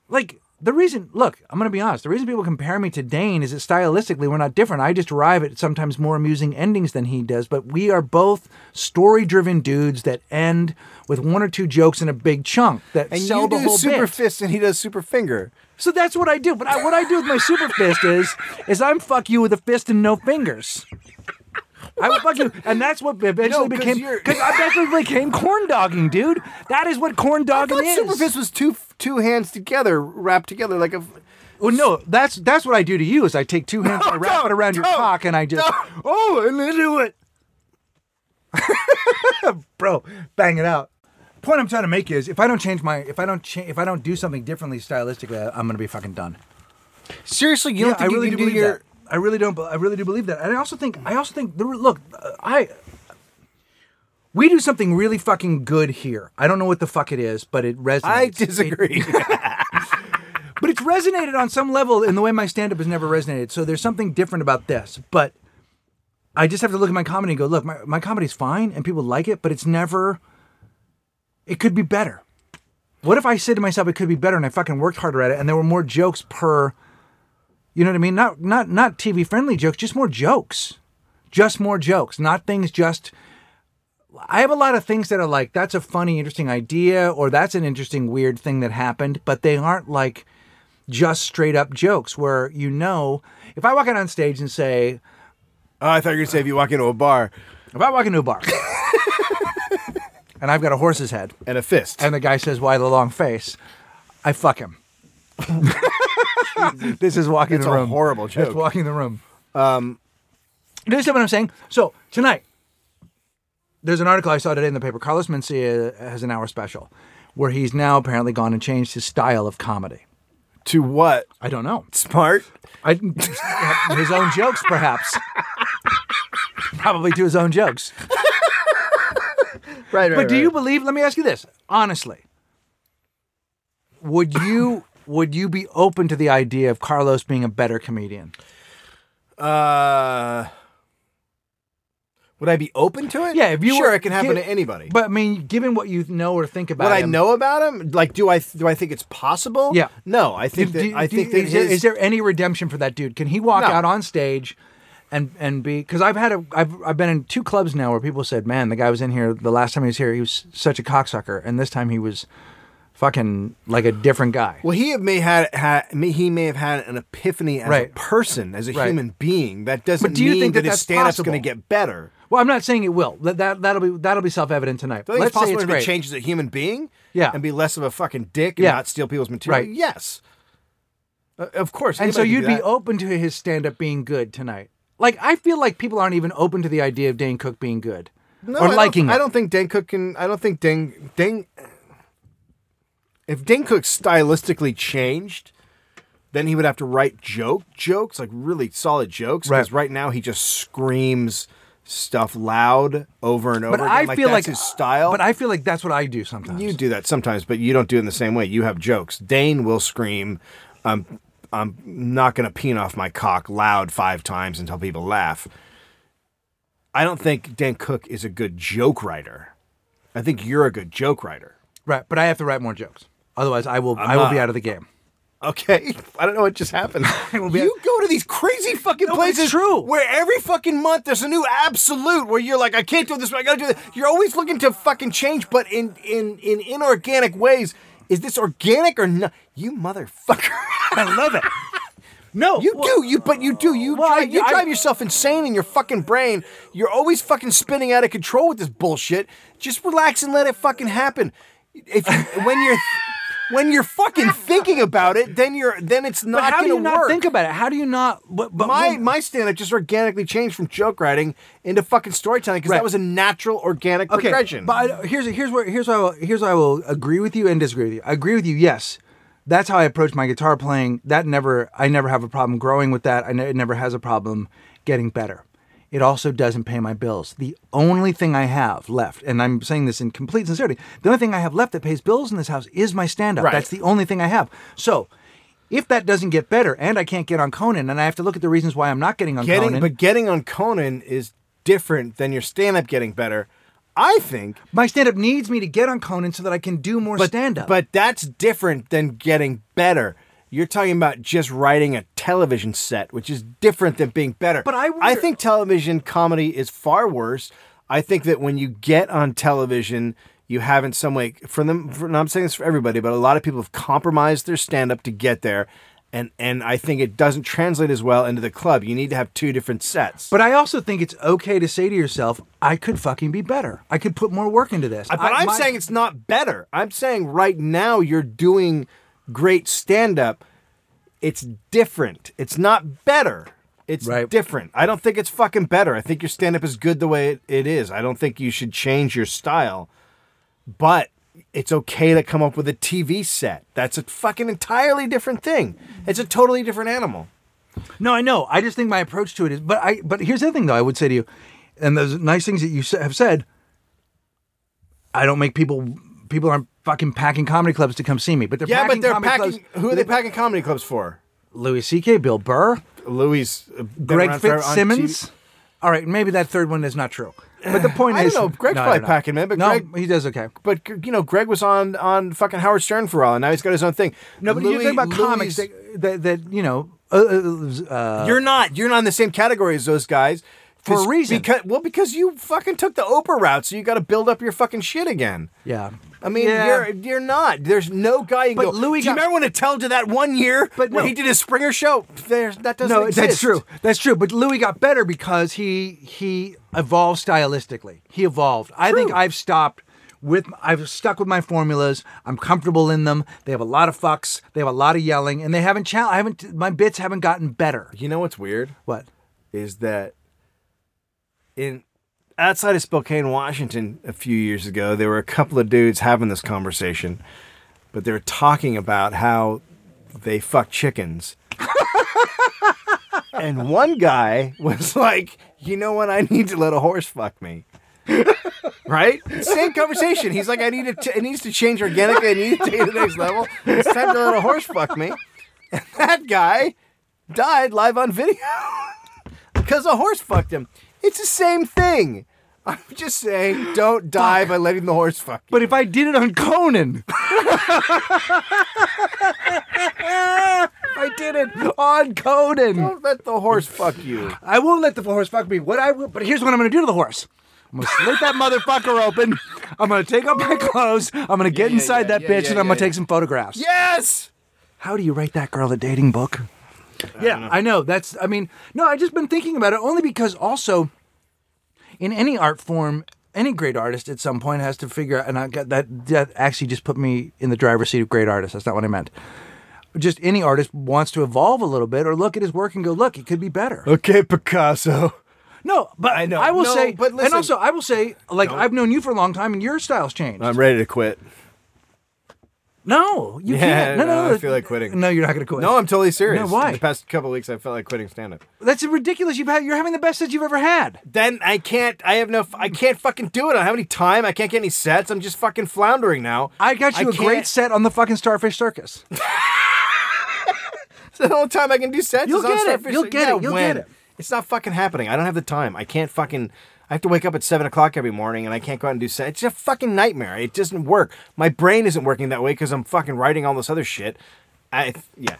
[SPEAKER 2] like the reason look i'm gonna be honest the reason people compare me to dane is that stylistically we're not different i just arrive at sometimes more amusing endings than he does but we are both story driven dudes that end with one or two jokes in a big chunk that
[SPEAKER 1] And
[SPEAKER 2] sell
[SPEAKER 1] you
[SPEAKER 2] the
[SPEAKER 1] do
[SPEAKER 2] whole
[SPEAKER 1] super
[SPEAKER 2] bit.
[SPEAKER 1] fist and he does super finger.
[SPEAKER 2] so that's what i do but I, what i do with my super fist is is i'm fuck you with a fist and no fingers I would fuck you, and that's what eventually
[SPEAKER 1] 'cause
[SPEAKER 2] became
[SPEAKER 1] you're-
[SPEAKER 2] because eventually became corn dogging, dude. That is what corn
[SPEAKER 1] I
[SPEAKER 2] dogging
[SPEAKER 1] thought
[SPEAKER 2] is.
[SPEAKER 1] super fist was two two hands together wrapped together like a.
[SPEAKER 2] Well, no, that's that's what I do to you. Is I take two hands, I wrap
[SPEAKER 1] don't,
[SPEAKER 2] it around your
[SPEAKER 1] don't,
[SPEAKER 2] cock, and I just oh, and then do it, bro. Bang it out. Point I'm trying to make is if I don't change my if I don't cha- if I don't do something differently stylistically, I- I'm gonna be fucking done.
[SPEAKER 1] Seriously, you don't
[SPEAKER 2] I
[SPEAKER 1] think
[SPEAKER 2] really
[SPEAKER 1] you
[SPEAKER 2] do
[SPEAKER 1] can do,
[SPEAKER 2] believe
[SPEAKER 1] your?
[SPEAKER 2] that. I really don't. be- I really do believe that. And I also think. I also think. there were- Look, uh, I. We do something really fucking good here. I don't know what the fuck it is, but it resonates.
[SPEAKER 1] I
[SPEAKER 2] It-
[SPEAKER 1] disagree.
[SPEAKER 2] but it's resonated on some level in the way my stand up has never resonated. So there's something different about this. But I just have to look at my comedy and go, look, my, my comedy's fine and people like it, but it's never, it could be better. What if I said to myself, it could be better and I fucking worked harder at it and there were more jokes per, you know what I mean? Not, not, not TV friendly jokes, just more jokes. Just more jokes, not things just I have a lot of things that are like, that's a funny, interesting idea, or that's an interesting, weird thing that happened, but they aren't like just straight up jokes where you know, if I walk out on stage and say,
[SPEAKER 1] Oh, I thought you were gonna say if you walk into a bar
[SPEAKER 2] If I walk into a bar and I've got a horse's head,
[SPEAKER 1] and a fist.
[SPEAKER 2] and the guy says, "Why the long face?" I fuck him. this is walking
[SPEAKER 1] That's
[SPEAKER 2] the
[SPEAKER 1] a
[SPEAKER 2] room.
[SPEAKER 1] horrible
[SPEAKER 2] That's
[SPEAKER 1] joke.
[SPEAKER 2] walking the room. Um, do you understand what I'm saying? So tonight, there's an article I saw today in the paper. Carlos Mencia has an hour special, where he's now apparently gone and changed his style of comedy.
[SPEAKER 1] to what?
[SPEAKER 2] I don't know.
[SPEAKER 1] Smart.
[SPEAKER 2] I, his own jokes, perhaps. Probably to his own jokes.
[SPEAKER 1] Right, right.
[SPEAKER 2] But do you believe? Let me ask you this honestly. Would you would you be open to the idea of Carlos being a better comedian?
[SPEAKER 1] Uh, would I be open to it?
[SPEAKER 2] Yeah, if you
[SPEAKER 1] sure,
[SPEAKER 2] were-
[SPEAKER 1] it can happen
[SPEAKER 2] gi-
[SPEAKER 1] to anybody.
[SPEAKER 2] But I mean, given what you know or think about,
[SPEAKER 1] what I
[SPEAKER 2] him,
[SPEAKER 1] know about him, like, do I do I think it's possible?
[SPEAKER 2] Yeah.
[SPEAKER 1] No, I
[SPEAKER 2] do-
[SPEAKER 1] think that
[SPEAKER 2] do-
[SPEAKER 1] I
[SPEAKER 2] do-
[SPEAKER 1] think that
[SPEAKER 2] is, there-
[SPEAKER 1] his-
[SPEAKER 2] is there any redemption for that dude? Can he walk
[SPEAKER 1] No.
[SPEAKER 2] out on stage? And, and be because I've had a I've I've been in two clubs now where people said man the guy was in here the last time he was here he was such a cocksucker and this time he was fucking like a different guy
[SPEAKER 1] Well, he may had, had may, he may have had an epiphany as a
[SPEAKER 2] Right.
[SPEAKER 1] person, as a
[SPEAKER 2] Right.
[SPEAKER 1] human being. That doesn't
[SPEAKER 2] do you
[SPEAKER 1] mean
[SPEAKER 2] think that
[SPEAKER 1] his
[SPEAKER 2] that's
[SPEAKER 1] stand-up's
[SPEAKER 2] possible?
[SPEAKER 1] going to get better.
[SPEAKER 2] well I'm not saying it will that, that that'll be that'll be self evident tonight
[SPEAKER 1] Do you think it's
[SPEAKER 2] let's say
[SPEAKER 1] possible
[SPEAKER 2] it's
[SPEAKER 1] to be
[SPEAKER 2] great
[SPEAKER 1] changed as a human being?
[SPEAKER 2] Yeah.
[SPEAKER 1] And be less of a fucking dick and
[SPEAKER 2] Yeah.
[SPEAKER 1] not steal people's material?
[SPEAKER 2] Right.
[SPEAKER 1] Yes. Uh, of course.
[SPEAKER 2] And so
[SPEAKER 1] anybody can
[SPEAKER 2] you'd
[SPEAKER 1] do
[SPEAKER 2] be
[SPEAKER 1] that.
[SPEAKER 2] open to his stand up being good tonight. Like I feel like people aren't even open to the idea of Dane Cook being good
[SPEAKER 1] No, I
[SPEAKER 2] or
[SPEAKER 1] don't-
[SPEAKER 2] liking
[SPEAKER 1] I
[SPEAKER 2] it.
[SPEAKER 1] don't think Dan Cook can. I don't think Ding Ding. If Dan Cook stylistically changed, then he would have to write joke jokes, like really solid jokes. Because
[SPEAKER 2] Right.
[SPEAKER 1] right. now he just screams stuff loud over and over.
[SPEAKER 2] But
[SPEAKER 1] again.
[SPEAKER 2] I
[SPEAKER 1] like
[SPEAKER 2] feel
[SPEAKER 1] that's
[SPEAKER 2] like
[SPEAKER 1] his style.
[SPEAKER 2] But I feel like that's what I do sometimes.
[SPEAKER 1] you do that sometimes, but you don't do it in the same way. You have jokes. Dane will scream, "I'm I'm not gonna peen off my cock" loud five times until people laugh. I don't think Dan Cook is a good joke writer. I think you're a good joke writer.
[SPEAKER 2] right, but I have to write more jokes. Otherwise, I will I will be out of the game.
[SPEAKER 1] Okay, I don't know what just happened.
[SPEAKER 2] will be-
[SPEAKER 1] you go to these crazy fucking
[SPEAKER 2] No, but it's
[SPEAKER 1] places
[SPEAKER 2] true.
[SPEAKER 1] where every fucking month there's a new absolute where you're like, I can't do it this way, I gotta do that. You're always looking to fucking change, but in in in inorganic ways. Is this organic or not? You motherfucker.
[SPEAKER 2] I love it. No,
[SPEAKER 1] You
[SPEAKER 2] Oh, well,
[SPEAKER 1] do, you but you do. You
[SPEAKER 2] well,
[SPEAKER 1] drive,
[SPEAKER 2] I-
[SPEAKER 1] you
[SPEAKER 2] I-
[SPEAKER 1] drive yourself insane in your fucking brain. You're always fucking spinning out of control with this bullshit. Just relax and let it fucking happen. If you- when you're when you're fucking thinking about it, then you're then it's
[SPEAKER 2] But
[SPEAKER 1] not
[SPEAKER 2] how do
[SPEAKER 1] gonna
[SPEAKER 2] you not
[SPEAKER 1] work.
[SPEAKER 2] think about it? How do you not? But, but
[SPEAKER 1] my
[SPEAKER 2] when-
[SPEAKER 1] my stand up just organically changed from joke writing into fucking storytelling because
[SPEAKER 2] Right.
[SPEAKER 1] that was a natural organic
[SPEAKER 2] okay,
[SPEAKER 1] progression.
[SPEAKER 2] But I, here's here's where here's where I will, here's where I will agree with you and disagree with you. I agree with you. Yes, that's how I approach my guitar playing. That never I never have a problem growing with that. I ne- it never has a problem getting better. It also doesn't pay my bills. The only thing I have left, and I'm saying this in complete sincerity, the only thing I have left that pays bills in this house is my stand up.
[SPEAKER 1] Right.
[SPEAKER 2] That's the only thing I have. So. If that doesn't get better, and I can't get on Conan, and I have to look at the reasons why I'm not getting on
[SPEAKER 1] getting
[SPEAKER 2] Conan,
[SPEAKER 1] but getting on Conan is different than your stand up getting better. I think
[SPEAKER 2] my stand-up needs me to get on Conan so that I can do more stand-up.
[SPEAKER 1] But that's different than getting better. You're talking about just writing a television set, which is different than being better.
[SPEAKER 2] But I
[SPEAKER 1] I
[SPEAKER 2] wonder-
[SPEAKER 1] think television comedy is far worse. I think that when you get on television, you have in some way for them. For, and I'm saying this for everybody, but a lot of people have compromised their stand up to get there, and and I think it doesn't translate as well into the club. You need to have two different sets.
[SPEAKER 2] But I also think it's okay to say to yourself, I could fucking be better. I could put more work into this.
[SPEAKER 1] But
[SPEAKER 2] I,
[SPEAKER 1] I'm
[SPEAKER 2] my-
[SPEAKER 1] saying it's not better. I'm saying right now you're doing great stand up. It's different. It's not better. It's
[SPEAKER 2] Right.
[SPEAKER 1] different. I don't think it's fucking better. I think your stand up is good the way it, it is. I don't think you should change your style. But it's okay to come up with a TV set. That's a fucking entirely different thing. It's a totally different animal.
[SPEAKER 2] No, I know. I just think my approach to it is. But I. But here's the thing, though. I would say to you, and those nice things that you sa- have said. I don't make people. People aren't fucking packing comedy clubs to come see me, but they're
[SPEAKER 1] Yeah, but
[SPEAKER 2] packing
[SPEAKER 1] they're
[SPEAKER 2] comedy
[SPEAKER 1] packing.
[SPEAKER 2] clubs.
[SPEAKER 1] Who are they packing comedy clubs for?
[SPEAKER 2] Louis C.K., Bill Burr,
[SPEAKER 1] Louis, uh, been
[SPEAKER 2] Greg
[SPEAKER 1] around forever on TV.
[SPEAKER 2] Fitzsimmons. All right, maybe that third one is not true, but the point
[SPEAKER 1] I don't
[SPEAKER 2] is,
[SPEAKER 1] know. Greg's
[SPEAKER 2] No,
[SPEAKER 1] probably
[SPEAKER 2] I don't know.
[SPEAKER 1] packing, man, but
[SPEAKER 2] no,
[SPEAKER 1] Greg-
[SPEAKER 2] he does okay.
[SPEAKER 1] But you know, Greg was on on fucking Howard Stern for a while, and now he's got his own thing.
[SPEAKER 2] No, but you
[SPEAKER 1] Louis-
[SPEAKER 2] think about
[SPEAKER 1] Louis-
[SPEAKER 2] comics that, that that you know. Uh, uh, uh,
[SPEAKER 1] you're not you're not in the same category as those guys.
[SPEAKER 2] for a reason.
[SPEAKER 1] Because well, because you fucking took the Oprah route, so you got to build up your fucking shit again.
[SPEAKER 2] yeah.
[SPEAKER 1] I mean,
[SPEAKER 2] Yeah.
[SPEAKER 1] you're you're not. There's no guy. You can
[SPEAKER 2] But
[SPEAKER 1] go,
[SPEAKER 2] Louis
[SPEAKER 1] Do you
[SPEAKER 2] got-
[SPEAKER 1] remember when Attell did that one year?
[SPEAKER 2] But
[SPEAKER 1] when
[SPEAKER 2] no.
[SPEAKER 1] he did his Springer show, there's that doesn't.
[SPEAKER 2] No,
[SPEAKER 1] exist.
[SPEAKER 2] that's true. That's true. But Louis got better because he he evolved stylistically. He evolved. I think
[SPEAKER 1] True.
[SPEAKER 2] I've stopped with I've stuck with my formulas. I'm comfortable in them. They have a lot of fucks. They have a lot of yelling, and they haven't. Chal- I haven't. My bits haven't gotten better.
[SPEAKER 1] You know what's weird
[SPEAKER 2] What?
[SPEAKER 1] is that in outside of Spokane, Washington, a few years ago, there were a couple of dudes having this conversation, but they were talking about how they fuck chickens. and one guy was like, "You know what? I need to let a horse fuck me." right? Same conversation. He's like, I need to, t- it needs to change organically. I need to take it to the next level. It's time to let a horse fuck me. And that guy died live on video because a horse fucked him. It's the same thing. I'm just saying, don't die by letting the horse fuck you.
[SPEAKER 2] But if I did it on Conan, If I did it on Conan.
[SPEAKER 1] don't let the horse fuck you.
[SPEAKER 2] I won't let the horse fuck me. What I will, but here's what I'm gonna do to the horse. I'm gonna slit that motherfucker open. I'm gonna take off my clothes. I'm gonna get
[SPEAKER 1] yeah,
[SPEAKER 2] inside
[SPEAKER 1] yeah,
[SPEAKER 2] that
[SPEAKER 1] yeah,
[SPEAKER 2] bitch,
[SPEAKER 1] yeah,
[SPEAKER 2] and I'm
[SPEAKER 1] yeah,
[SPEAKER 2] gonna
[SPEAKER 1] yeah.
[SPEAKER 2] take some photographs.
[SPEAKER 1] Yes.
[SPEAKER 2] How do you write that girl a dating book? yeah, I know. That's. I mean, no. I just been thinking about it only because also, in any art form, any great artist at some point has to figure out. And I got that. That actually just put me in the driver's seat of great artists. That's not what I meant. Just any artist wants to evolve a little bit, or look at his work and go, look, it could be better.
[SPEAKER 1] Okay, Picasso.
[SPEAKER 2] No, but I
[SPEAKER 1] I
[SPEAKER 2] know.
[SPEAKER 1] know.
[SPEAKER 2] I will
[SPEAKER 1] No,
[SPEAKER 2] say,
[SPEAKER 1] but
[SPEAKER 2] and
[SPEAKER 1] listen-
[SPEAKER 2] also I will say, like I've known you for a long time, and your style's changed.
[SPEAKER 1] I'm ready to quit.
[SPEAKER 2] no, you
[SPEAKER 1] Yeah,
[SPEAKER 2] can't. No, no,
[SPEAKER 1] no, I feel like quitting.
[SPEAKER 2] No, you're not going to quit.
[SPEAKER 1] No, I'm totally serious.
[SPEAKER 2] No, why?
[SPEAKER 1] The past couple of weeks, I felt like quitting stand-up.
[SPEAKER 2] that's ridiculous. You've had, you're having the best that you've ever had.
[SPEAKER 1] Then I can't. I have no. f- I can't fucking do it. I don't have any time. I can't get any sets. I'm just fucking floundering now.
[SPEAKER 2] I got you a
[SPEAKER 1] a
[SPEAKER 2] great set on the fucking Starfish Circus.
[SPEAKER 1] The only time I can do sets
[SPEAKER 2] You'll
[SPEAKER 1] is on
[SPEAKER 2] get it.
[SPEAKER 1] Starfish.
[SPEAKER 2] You'll get
[SPEAKER 1] Yeah,
[SPEAKER 2] it. You'll
[SPEAKER 1] when?
[SPEAKER 2] get it.
[SPEAKER 1] It's not fucking happening. I don't have the time. I can't fucking. I have to wake up at seven o'clock every morning, and I can't go out and do sets. It's a fucking nightmare. It doesn't work. My brain isn't working that way because I'm fucking writing all this other shit. I yeah.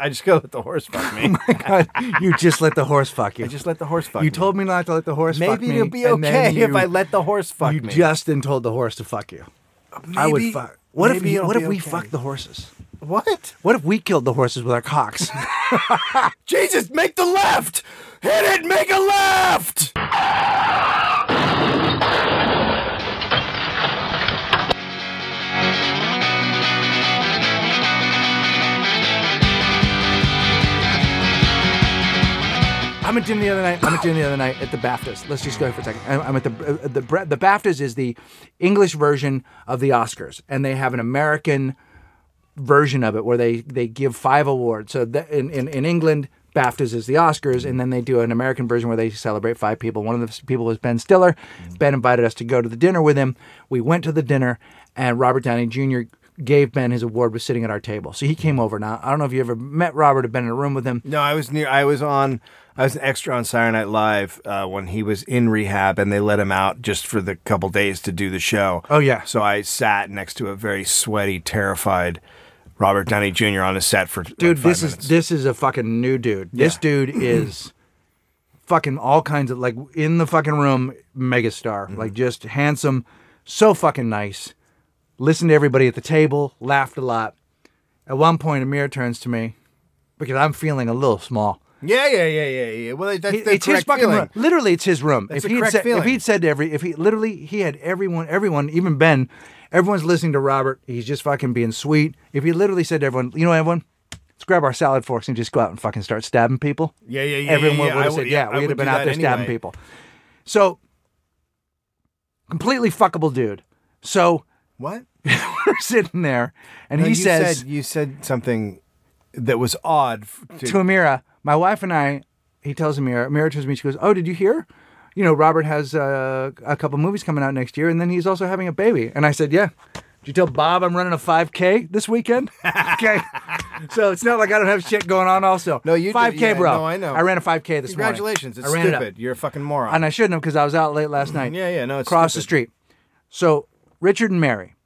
[SPEAKER 1] I just gotta let the horse fuck me.
[SPEAKER 2] God, you just let the horse fuck you.
[SPEAKER 1] I just let the horse fuck
[SPEAKER 2] you
[SPEAKER 1] me.
[SPEAKER 2] told me not to let the horse fuck me.
[SPEAKER 1] Maybe it'll be
[SPEAKER 2] and then
[SPEAKER 1] okay if
[SPEAKER 2] you-
[SPEAKER 1] I let the horse fuck
[SPEAKER 2] you
[SPEAKER 1] me.
[SPEAKER 2] just then told the horse to fuck you. I would
[SPEAKER 1] Maybe-
[SPEAKER 2] fuck. What if
[SPEAKER 1] maybe
[SPEAKER 2] you,
[SPEAKER 1] it'll
[SPEAKER 2] what if
[SPEAKER 1] be
[SPEAKER 2] we
[SPEAKER 1] okay.
[SPEAKER 2] fucked the horses?
[SPEAKER 1] what?
[SPEAKER 2] What if we killed the horses with our cocks?
[SPEAKER 1] Jesus, make the left! Hit it, make a left!
[SPEAKER 2] I'm at dinner the other night. I'm at dinner the other night at the BAFTAs. Let's just go for a second. I'm, I'm at the uh, the Bra- the BAFTAs is the English version of the Oscars, and they have an American version of it where they they give five awards. So the, in, in in England, BAFTAs is the Oscars, and then they do an American version where they celebrate five people. One of the people was Ben Stiller. Ben invited us to go to the dinner with him. We went to the dinner, and Robert Downey Jr. gave Ben his award. Was sitting at our table, so he came over. Now I don't know if you ever met Robert or been in a room with him.
[SPEAKER 1] No, I was near. I was on. I was an extra on Saturday Night Live uh, when he was in rehab, and they let him out just for the couple days to do the show.
[SPEAKER 2] Oh, yeah.
[SPEAKER 1] So I sat next to a very sweaty, terrified Robert Downey Jr. on a set for Like
[SPEAKER 2] dude
[SPEAKER 1] five
[SPEAKER 2] this
[SPEAKER 1] minutes.
[SPEAKER 2] is this is a fucking new dude this dude is fucking all kinds of like in the fucking room megastar
[SPEAKER 1] Mm-hmm.
[SPEAKER 2] like just handsome so fucking nice listened to everybody at the table laughed a lot at one point amir turns to me because i'm feeling a little small
[SPEAKER 1] Yeah, yeah, yeah, yeah, yeah. Well, that's
[SPEAKER 2] It-
[SPEAKER 1] the
[SPEAKER 2] it's his
[SPEAKER 1] correct
[SPEAKER 2] fucking
[SPEAKER 1] feeling.
[SPEAKER 2] room. Literally, it's his room.
[SPEAKER 1] That's
[SPEAKER 2] if
[SPEAKER 1] the
[SPEAKER 2] he'd
[SPEAKER 1] correct
[SPEAKER 2] said, if
[SPEAKER 1] feeling.
[SPEAKER 2] he'd said to every, if he literally, he had everyone, everyone, even Ben, everyone's listening to Robert. He's just fucking being sweet. If he literally said to everyone, you know, everyone, let's grab our salad forks and just go out and fucking start stabbing people.
[SPEAKER 1] Yeah, yeah, yeah,
[SPEAKER 2] Everyone
[SPEAKER 1] yeah, yeah.
[SPEAKER 2] would
[SPEAKER 1] I
[SPEAKER 2] have
[SPEAKER 1] would-
[SPEAKER 2] said,
[SPEAKER 1] yeah,
[SPEAKER 2] yeah,
[SPEAKER 1] I
[SPEAKER 2] we'd have
[SPEAKER 1] would
[SPEAKER 2] been
[SPEAKER 1] do
[SPEAKER 2] out
[SPEAKER 1] that
[SPEAKER 2] there stabbing
[SPEAKER 1] anyway.
[SPEAKER 2] people. So, completely fuckable dude. So
[SPEAKER 1] What?
[SPEAKER 2] we're sitting there, and
[SPEAKER 1] No,
[SPEAKER 2] he
[SPEAKER 1] you
[SPEAKER 2] says,
[SPEAKER 1] said, you said something that was odd f- to,
[SPEAKER 2] to Amira, my wife and I, he tells Amira, Amira tells me, she goes, Oh, did you hear? You know, Robert has uh, a couple movies coming out next year, and then he's also having a baby. And I said, Yeah. Did you tell Bob I'm running a 5K this weekend? okay. So it's not like I don't have shit going on, also.
[SPEAKER 1] No, you did-
[SPEAKER 2] 5K,
[SPEAKER 1] yeah,
[SPEAKER 2] bro.
[SPEAKER 1] no, I know.
[SPEAKER 2] I ran a 5K this morning.
[SPEAKER 1] Congratulations! It's
[SPEAKER 2] I ran it up.
[SPEAKER 1] stupid. You're a fucking moron.
[SPEAKER 2] And I shouldn't have because I was out late last night.
[SPEAKER 1] Yeah, yeah, no, it's
[SPEAKER 2] Across the
[SPEAKER 1] stupid.
[SPEAKER 2] street. So Richard and Mary,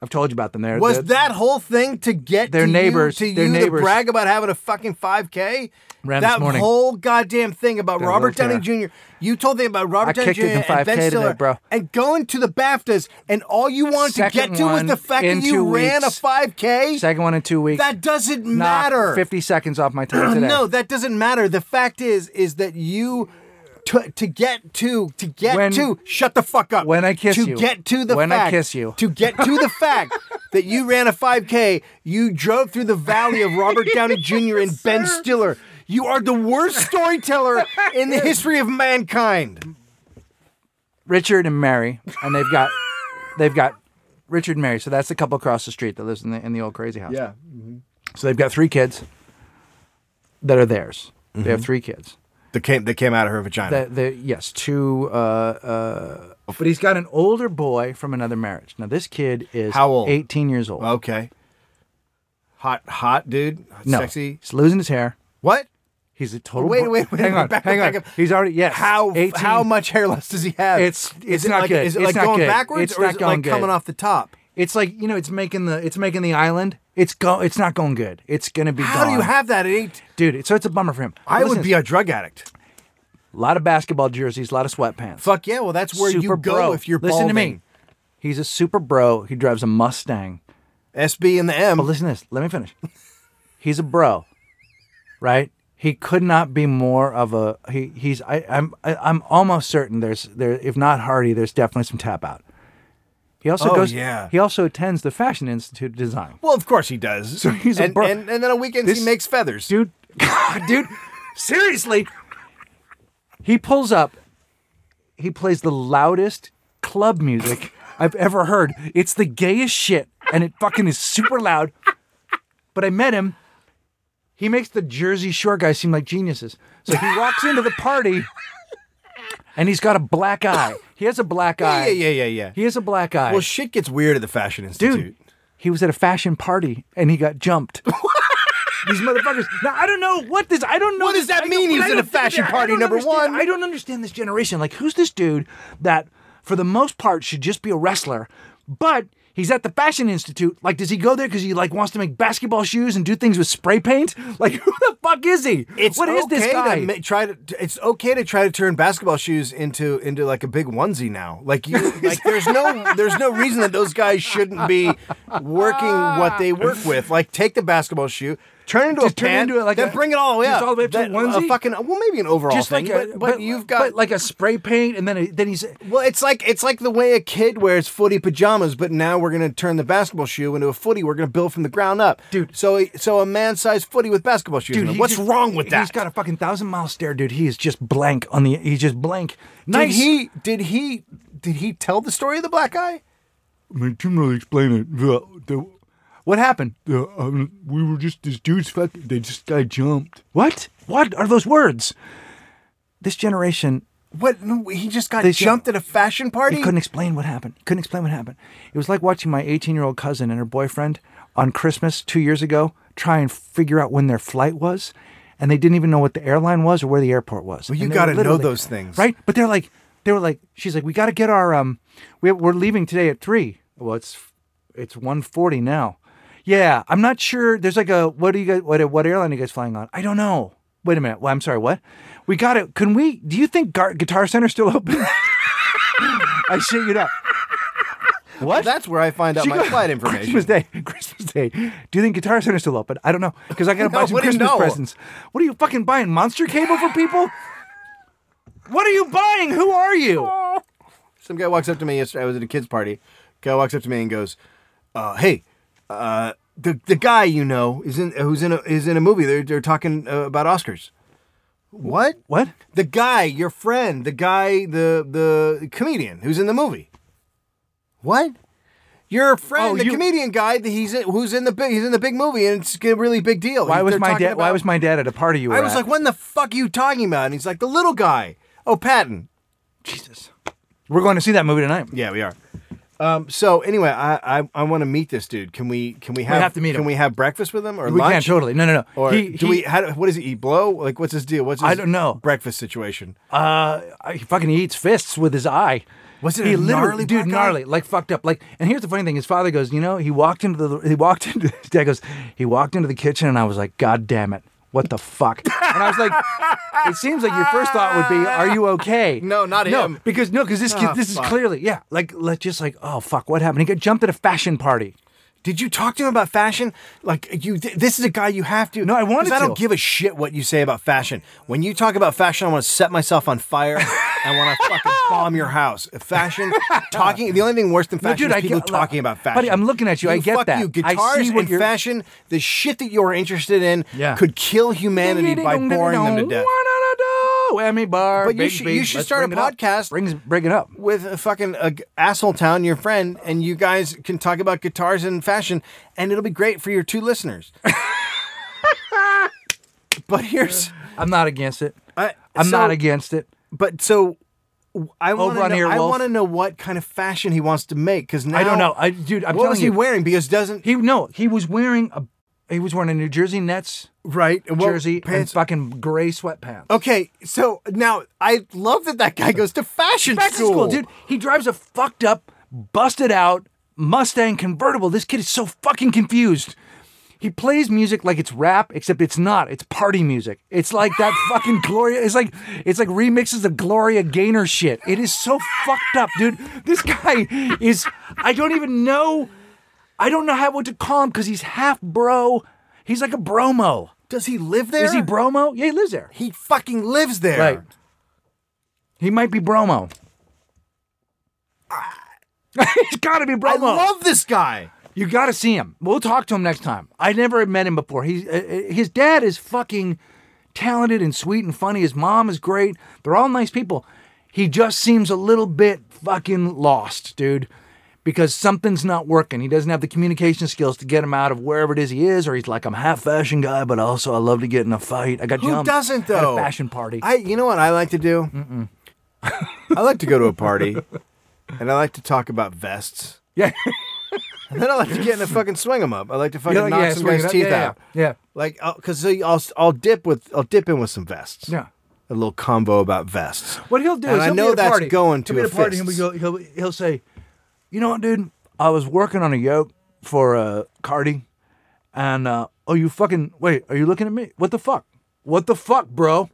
[SPEAKER 2] I've told you about them. There
[SPEAKER 1] Was that whole thing to get
[SPEAKER 2] Their
[SPEAKER 1] to you-
[SPEAKER 2] neighbors-
[SPEAKER 1] to
[SPEAKER 2] their
[SPEAKER 1] you
[SPEAKER 2] neighbors.
[SPEAKER 1] to brag about having a fucking 5K?
[SPEAKER 2] Ran this
[SPEAKER 1] that
[SPEAKER 2] morning.
[SPEAKER 1] whole goddamn thing about
[SPEAKER 2] They're a
[SPEAKER 1] Robert
[SPEAKER 2] little
[SPEAKER 1] Downey Jr. You told them about Robert
[SPEAKER 2] I
[SPEAKER 1] Downey
[SPEAKER 2] kicked
[SPEAKER 1] Jr.
[SPEAKER 2] it in
[SPEAKER 1] and
[SPEAKER 2] 5K
[SPEAKER 1] Ben
[SPEAKER 2] today,
[SPEAKER 1] Stiller,
[SPEAKER 2] bro.
[SPEAKER 1] and going to the BAFTAs, and all you wanted to
[SPEAKER 2] Second
[SPEAKER 1] get to was
[SPEAKER 2] one
[SPEAKER 1] the fact
[SPEAKER 2] in
[SPEAKER 1] that you
[SPEAKER 2] two
[SPEAKER 1] ran a
[SPEAKER 2] weeks.
[SPEAKER 1] 5K.
[SPEAKER 2] second one in two weeks.
[SPEAKER 1] That doesn't
[SPEAKER 2] Knocked
[SPEAKER 1] matter.
[SPEAKER 2] Fifty seconds off my time today.
[SPEAKER 1] No, that doesn't matter. The fact is, is that you to to get to to get
[SPEAKER 2] When-
[SPEAKER 1] to shut the fuck up.
[SPEAKER 2] when I kiss
[SPEAKER 1] to
[SPEAKER 2] you.
[SPEAKER 1] get to the
[SPEAKER 2] When I
[SPEAKER 1] fact,
[SPEAKER 2] kiss you.
[SPEAKER 1] to get to the fact that you ran a 5K, you drove through the valley of Robert Downey Jr. and Ben Stiller. You are the worst storyteller in the history of mankind.
[SPEAKER 2] Richard and Mary, and they've got they've got Richard and Mary. So that's the couple across the street that lives in the in the old crazy house.
[SPEAKER 1] Yeah.
[SPEAKER 2] So they've got three kids that are theirs. They have three kids.
[SPEAKER 1] That came that came out of her vagina.
[SPEAKER 2] That the yes, two. Uh, uh, but he's got an older boy from another marriage. Now this kid is
[SPEAKER 1] How old?
[SPEAKER 2] Eighteen years old.
[SPEAKER 1] okay. Hot hot dude.
[SPEAKER 2] no,
[SPEAKER 1] Sexy.
[SPEAKER 2] He's losing his hair.
[SPEAKER 1] What?
[SPEAKER 2] He's a total.
[SPEAKER 1] Wait,
[SPEAKER 2] bro-
[SPEAKER 1] wait, wait.
[SPEAKER 2] Hang on,
[SPEAKER 1] Back up,
[SPEAKER 2] hang on.
[SPEAKER 1] back up.
[SPEAKER 2] He's already yes.
[SPEAKER 1] How
[SPEAKER 2] 18.
[SPEAKER 1] how much hair loss does he have?
[SPEAKER 2] It's-
[SPEAKER 1] is
[SPEAKER 2] it's
[SPEAKER 1] it
[SPEAKER 2] not
[SPEAKER 1] like,
[SPEAKER 2] good.
[SPEAKER 1] Is it
[SPEAKER 2] It's
[SPEAKER 1] like
[SPEAKER 2] not
[SPEAKER 1] going
[SPEAKER 2] good.
[SPEAKER 1] backwards
[SPEAKER 2] It's
[SPEAKER 1] or is
[SPEAKER 2] not
[SPEAKER 1] it like
[SPEAKER 2] going
[SPEAKER 1] coming
[SPEAKER 2] good.
[SPEAKER 1] off the top?
[SPEAKER 2] It's like you know, it's making the it's making the island. It's go. It's not going good. It's gonna be.
[SPEAKER 1] How do you
[SPEAKER 2] gone.
[SPEAKER 1] have that at eight?
[SPEAKER 2] dude? So it's a bummer for him.
[SPEAKER 1] I
[SPEAKER 2] Listen to
[SPEAKER 1] would be a drug addict.
[SPEAKER 2] A lot of basketball jerseys, a lot of sweatpants.
[SPEAKER 1] Fuck yeah! Well, that's where
[SPEAKER 2] super
[SPEAKER 1] you go
[SPEAKER 2] bro.
[SPEAKER 1] if you're
[SPEAKER 2] Listen to me.
[SPEAKER 1] balding.
[SPEAKER 2] He's a super bro. He drives a Mustang.
[SPEAKER 1] SB and the M.
[SPEAKER 2] But listen to this. Let me finish. He's a bro, right? He could not be more of a he. He's I, I'm I, I'm almost certain there's there if not Hardy there's definitely some tap out. He also
[SPEAKER 1] Oh,
[SPEAKER 2] goes.
[SPEAKER 1] yeah.
[SPEAKER 2] He also attends the Fashion Institute of Design.
[SPEAKER 1] well, of course he does. So
[SPEAKER 2] he's a
[SPEAKER 1] and,
[SPEAKER 2] bro-
[SPEAKER 1] and, and then on weekends
[SPEAKER 2] This-
[SPEAKER 1] he makes feathers.
[SPEAKER 2] dude. God, dude, seriously. He pulls up. He plays the loudest club music I've ever heard. It's the gayest shit, and it fucking is super loud. But I met him. He makes the Jersey Shore guys seem like geniuses. So he walks into the party, and he's got a black eye. He has a black
[SPEAKER 1] yeah,
[SPEAKER 2] eye.
[SPEAKER 1] yeah, yeah, yeah.
[SPEAKER 2] He has a black eye.
[SPEAKER 1] well, shit gets weird at the fashion institute.
[SPEAKER 2] Dude, he was at a fashion party and he got jumped. These motherfuckers. Now I don't know what this. I don't know.
[SPEAKER 1] What does
[SPEAKER 2] this-
[SPEAKER 1] that
[SPEAKER 2] I
[SPEAKER 1] mean
[SPEAKER 2] don't-
[SPEAKER 1] he was
[SPEAKER 2] I
[SPEAKER 1] at a
[SPEAKER 2] don't think
[SPEAKER 1] fashion
[SPEAKER 2] that- I
[SPEAKER 1] party,
[SPEAKER 2] don't
[SPEAKER 1] number
[SPEAKER 2] understand-
[SPEAKER 1] one?
[SPEAKER 2] I don't understand this generation. Like, who's this dude that, for the most part, should just be a wrestler, but he's at the fashion institute. Like, does he go there because he like wants to make basketball shoes and do things with spray paint? Like, who the fuck is he?
[SPEAKER 1] It's
[SPEAKER 2] what
[SPEAKER 1] okay
[SPEAKER 2] is this guy?
[SPEAKER 1] To ma- try to. It's okay to try to turn basketball shoes into into like a big onesie now. Like you, like there's no there's no reason that those guys shouldn't be working what they work with. Like take the basketball shoe, turn it into
[SPEAKER 2] Just
[SPEAKER 1] a
[SPEAKER 2] turn it
[SPEAKER 1] pant,
[SPEAKER 2] into, like,
[SPEAKER 1] then
[SPEAKER 2] a-
[SPEAKER 1] bring it all the way
[SPEAKER 2] just
[SPEAKER 1] up,
[SPEAKER 2] all the way up to
[SPEAKER 1] That-
[SPEAKER 2] a onesie?
[SPEAKER 1] fucking uh, well, maybe an overall
[SPEAKER 2] just
[SPEAKER 1] thing,
[SPEAKER 2] like a,
[SPEAKER 1] but, but you've got.
[SPEAKER 2] but like a spray paint, and then a, then he's
[SPEAKER 1] well, it's like it's like the way a kid wears footy pajamas, but now we're gonna turn the basketball shoe into a footy. We're gonna build from the ground up,
[SPEAKER 2] Dude.
[SPEAKER 1] So so a man-sized footy with basketball shoes. in it.
[SPEAKER 2] he
[SPEAKER 1] What's
[SPEAKER 2] just-
[SPEAKER 1] wrong with that?
[SPEAKER 2] He's got a fucking thousand mile stare, dude. He is just blank on the. He's just blank. Nice.
[SPEAKER 1] Did he did he did he tell the story of the black guy?
[SPEAKER 3] I mean, didn't really explain it. The, the,
[SPEAKER 2] What happened?
[SPEAKER 3] the, um, we were just, this dude's fucking, they just got jumped.
[SPEAKER 2] What? What are those words? This generation
[SPEAKER 1] What no, he just got
[SPEAKER 2] They
[SPEAKER 1] jumped at a fashion party?
[SPEAKER 2] he couldn't explain what happened. He couldn't explain what happened. It was like watching my 18 year old cousin and her boyfriend on Christmas two years ago try and figure out when their flight was, and they didn't even know what the airline was or where the airport was. Well,
[SPEAKER 1] you gotta know those things.
[SPEAKER 2] right? But they're like, they were like, she's like, we got to get our um, we, we're leaving today at three. Well, it's it's 1:40 now. Yeah, I'm not sure. There's like a what do you guys what what airline are you guys flying on? I don't know. Wait a minute. Well, I'm sorry. What? We got it. Can we? Do you think Gar- Guitar Center's still open? I shit you not. What?
[SPEAKER 1] That's where I find out
[SPEAKER 2] She
[SPEAKER 1] my
[SPEAKER 2] goes-
[SPEAKER 1] flight information.
[SPEAKER 2] Christmas Day. Christmas Day. Do you think Guitar Center's still open? I don't know. Because I got to buy
[SPEAKER 1] No,
[SPEAKER 2] some
[SPEAKER 1] what do you
[SPEAKER 2] Christmas
[SPEAKER 1] know?
[SPEAKER 2] presents. What are you fucking buying? Monster cable for people? What are you buying? Who are you?
[SPEAKER 1] Some guy walks up to me yesterday. I was at a kid's party. Guy walks up to me and goes, uh, "Hey, uh, the the guy you know is in who's in a is in a movie. They're they're talking uh, about Oscars. What?
[SPEAKER 2] What?
[SPEAKER 1] The guy, your friend, the guy, the the comedian who's in the movie. What? Your friend,
[SPEAKER 2] Oh,
[SPEAKER 1] the
[SPEAKER 2] you-
[SPEAKER 1] comedian guy, that he's in, who's in the big, he's in the big movie, and it's a really big deal.
[SPEAKER 2] Why was
[SPEAKER 1] They're
[SPEAKER 2] my
[SPEAKER 1] talking
[SPEAKER 2] dad? Why
[SPEAKER 1] about-
[SPEAKER 2] was my dad at a party you were
[SPEAKER 1] I was
[SPEAKER 2] at?
[SPEAKER 1] like, "What the fuck are you talking about?" And he's like, "The little guy." Oh, Patton.
[SPEAKER 2] Jesus. We're going to see that movie tonight.
[SPEAKER 1] Yeah, we are. Um, so anyway, I I, I want to meet this dude. Can we can we have
[SPEAKER 2] have to meet
[SPEAKER 1] can
[SPEAKER 2] him.
[SPEAKER 1] we have breakfast with him or
[SPEAKER 2] We
[SPEAKER 1] lunch?
[SPEAKER 2] can't totally. No, no, no.
[SPEAKER 1] Or
[SPEAKER 2] he,
[SPEAKER 1] do
[SPEAKER 2] he,
[SPEAKER 1] we? How, do- what does he eat? Blow? Like, what's his deal? What's his
[SPEAKER 2] I don't know.
[SPEAKER 1] breakfast situation?
[SPEAKER 2] Uh, he fucking eats fists with his eye.
[SPEAKER 1] Was it
[SPEAKER 2] he
[SPEAKER 1] a
[SPEAKER 2] literally,
[SPEAKER 1] gnarly black
[SPEAKER 2] dude,
[SPEAKER 1] guy?
[SPEAKER 2] gnarly, like fucked up. Like, and here's the funny thing: his father goes, you know, he walked into the, he walked into, his dad goes, he walked into the kitchen, and I was like, God damn it, what the fuck? and I was like, it seems like your first thought would be, are you okay?
[SPEAKER 1] No, not
[SPEAKER 2] no,
[SPEAKER 1] him.
[SPEAKER 2] because no, because this kid,
[SPEAKER 1] Oh,
[SPEAKER 2] this
[SPEAKER 1] fuck.
[SPEAKER 2] is clearly, yeah, like, let just like, oh fuck, what happened? He got jumped at a fashion party.
[SPEAKER 1] Did you talk to him about fashion? Like you, th- this is a guy you have to.
[SPEAKER 2] No, I wanted
[SPEAKER 1] 'Cause I don't
[SPEAKER 2] to.
[SPEAKER 1] give a shit what you say about fashion. When you talk about fashion, I want to set myself on fire. I want to fucking bomb your house. If Fashion talking. The only thing worse than
[SPEAKER 2] No,
[SPEAKER 1] fashion
[SPEAKER 2] dude, I
[SPEAKER 1] is people
[SPEAKER 2] get-
[SPEAKER 1] talking about fashion.
[SPEAKER 2] Buddy, I'm looking at you, I get
[SPEAKER 1] fuck
[SPEAKER 2] that.
[SPEAKER 1] You
[SPEAKER 2] I see
[SPEAKER 1] guitars
[SPEAKER 2] what
[SPEAKER 1] and
[SPEAKER 2] you're-
[SPEAKER 1] fashion. The shit that you're interested in
[SPEAKER 2] Yeah.
[SPEAKER 1] could kill humanity by boring them to death.
[SPEAKER 2] Whammy bar.
[SPEAKER 1] But you
[SPEAKER 2] big
[SPEAKER 1] should-
[SPEAKER 2] beat.
[SPEAKER 1] you should
[SPEAKER 2] Let's
[SPEAKER 1] start a
[SPEAKER 2] bring it up.
[SPEAKER 1] podcast.
[SPEAKER 2] Brings bring it up.
[SPEAKER 1] With a fucking uh, asshole town, your friend, and you guys can talk about guitars and fashion, and it'll be great for your two listeners. but here's
[SPEAKER 2] I'm not against it.
[SPEAKER 1] I,
[SPEAKER 2] I'm
[SPEAKER 1] so-
[SPEAKER 2] not against it.
[SPEAKER 1] But so I want
[SPEAKER 2] Over on
[SPEAKER 1] to know. I
[SPEAKER 2] Earwolf.
[SPEAKER 1] want to know what kind of fashion he wants to make because now
[SPEAKER 2] I don't know. I dude, I'm
[SPEAKER 1] what
[SPEAKER 2] telling
[SPEAKER 1] was he
[SPEAKER 2] you.
[SPEAKER 1] wearing? Because doesn't
[SPEAKER 2] He no, he was wearing a he was wearing a New Jersey Nets
[SPEAKER 1] right well,
[SPEAKER 2] jersey and
[SPEAKER 1] pants.
[SPEAKER 2] fucking gray sweatpants.
[SPEAKER 1] okay, so now I love that that guy goes to fashion
[SPEAKER 2] Back to
[SPEAKER 1] school.
[SPEAKER 2] school, dude. He drives a fucked up, busted out Mustang convertible. This kid is so fucking confused. He plays music like it's rap, except it's not. It's party music. It's like that fucking Gloria. It's like it's like remixes of Gloria Gaynor shit. It is so fucked up, dude. This guy is. I don't even know. I don't know how what to call him because he's half bro. He's like a bromo.
[SPEAKER 1] Does he live there?
[SPEAKER 2] Is he bromo? Yeah, he lives there.
[SPEAKER 1] He fucking lives there.
[SPEAKER 2] Right. He might be bromo. He's got to be
[SPEAKER 1] I
[SPEAKER 2] bromo.
[SPEAKER 1] love this guy.
[SPEAKER 2] You got to see him. We'll talk to him next time. I never met him before. He's uh, uh, his dad is fucking talented and sweet and funny. His mom is great. They're all nice people. He just seems a little bit fucking lost, dude, because something's not working. He doesn't have the communication skills to get him out of wherever it is he is, or he's like, I'm half fashion guy, but also I love to get in a fight. I got
[SPEAKER 1] Who
[SPEAKER 2] jumped
[SPEAKER 1] doesn't
[SPEAKER 2] at
[SPEAKER 1] though?
[SPEAKER 2] a fashion party.
[SPEAKER 1] I. You know what I like to do? I like to go to a party, and I like to talk about vests.
[SPEAKER 2] yeah,
[SPEAKER 1] And then I like to get in a fucking swing 'em up. I like to fucking knock
[SPEAKER 2] yeah,
[SPEAKER 1] some
[SPEAKER 2] swing it
[SPEAKER 1] guy's
[SPEAKER 2] up.
[SPEAKER 1] teeth
[SPEAKER 2] Yeah, yeah,
[SPEAKER 1] out.
[SPEAKER 2] yeah.
[SPEAKER 1] Like, because I'll, I'll dip with I'll dip in with some vests.
[SPEAKER 2] Yeah.
[SPEAKER 1] a little combo about vests.
[SPEAKER 2] What he'll do
[SPEAKER 1] And
[SPEAKER 2] is
[SPEAKER 1] I
[SPEAKER 2] he'll
[SPEAKER 1] know
[SPEAKER 2] be at a
[SPEAKER 1] that's
[SPEAKER 2] party.
[SPEAKER 1] going to
[SPEAKER 2] he'll be
[SPEAKER 1] a
[SPEAKER 2] at a party and we
[SPEAKER 1] fist.
[SPEAKER 2] go. He'll he'll say, "You know what, dude? I was working on a yoke for uh, Cardi, and uh, oh, you fucking wait, are you looking at me? What the fuck? What the fuck, bro?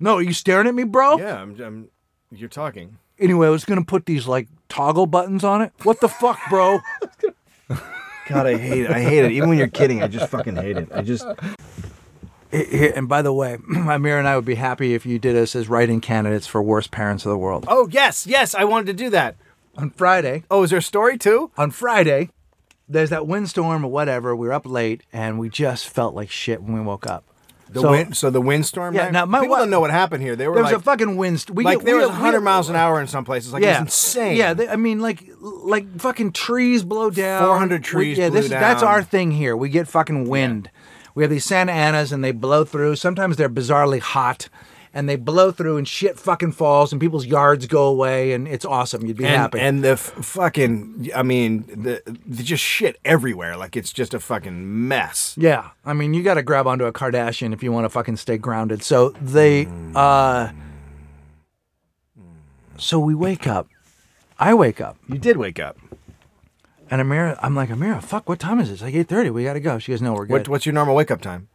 [SPEAKER 2] No, are you staring at me, bro?
[SPEAKER 1] Yeah, I'm. I'm you're talking.
[SPEAKER 2] Anyway, I was gonna put these like toggle buttons on it. What the fuck, bro?
[SPEAKER 1] God, I hate it. I hate it. Even when you're kidding, I just fucking hate it. I just.
[SPEAKER 2] H- h- and by the way, Amir and I would be happy if you did us as writing candidates for worst parents of the world
[SPEAKER 1] Oh yes, yes, I wanted to do that.
[SPEAKER 2] on Friday.
[SPEAKER 1] Oh, is there a story too?
[SPEAKER 2] on Friday, there's that windstorm or whatever. We were up late and we just felt like shit when we woke up.
[SPEAKER 1] The
[SPEAKER 2] So,
[SPEAKER 1] wind. So the windstorm.
[SPEAKER 2] Yeah,
[SPEAKER 1] right?
[SPEAKER 2] now, my
[SPEAKER 1] people
[SPEAKER 2] wa-
[SPEAKER 1] don't know what happened here. They were
[SPEAKER 2] There was
[SPEAKER 1] like,
[SPEAKER 2] a fucking windstorm. We,
[SPEAKER 1] like
[SPEAKER 2] we-
[SPEAKER 1] there was
[SPEAKER 2] we-
[SPEAKER 1] 100 miles an hour in some places. Like
[SPEAKER 2] Yeah,
[SPEAKER 1] it was insane.
[SPEAKER 2] Yeah, they, I mean, like, like fucking trees blow down.
[SPEAKER 1] 400 trees
[SPEAKER 2] We, yeah,
[SPEAKER 1] blew
[SPEAKER 2] this is that's
[SPEAKER 1] down.
[SPEAKER 2] our thing here. We get fucking wind. We have these Santa Anas and they blow through. Sometimes they're bizarrely hot. And they blow through and shit fucking falls and people's yards go away and it's awesome. You'd be
[SPEAKER 1] and,
[SPEAKER 2] happy.
[SPEAKER 1] and the f- fucking, I mean, the, the just shit everywhere. Like it's just a fucking mess.
[SPEAKER 2] Yeah, I mean, you got to grab onto a Kardashian if you want to fucking stay grounded. So they, uh, so we wake up. I wake up,
[SPEAKER 1] You did wake up.
[SPEAKER 2] and Amira, I'm like, Amira, fuck, what time is it? It's like eight thirty. We got to go. She goes, No, we're
[SPEAKER 1] What,
[SPEAKER 2] good.
[SPEAKER 1] what's your normal wake up time?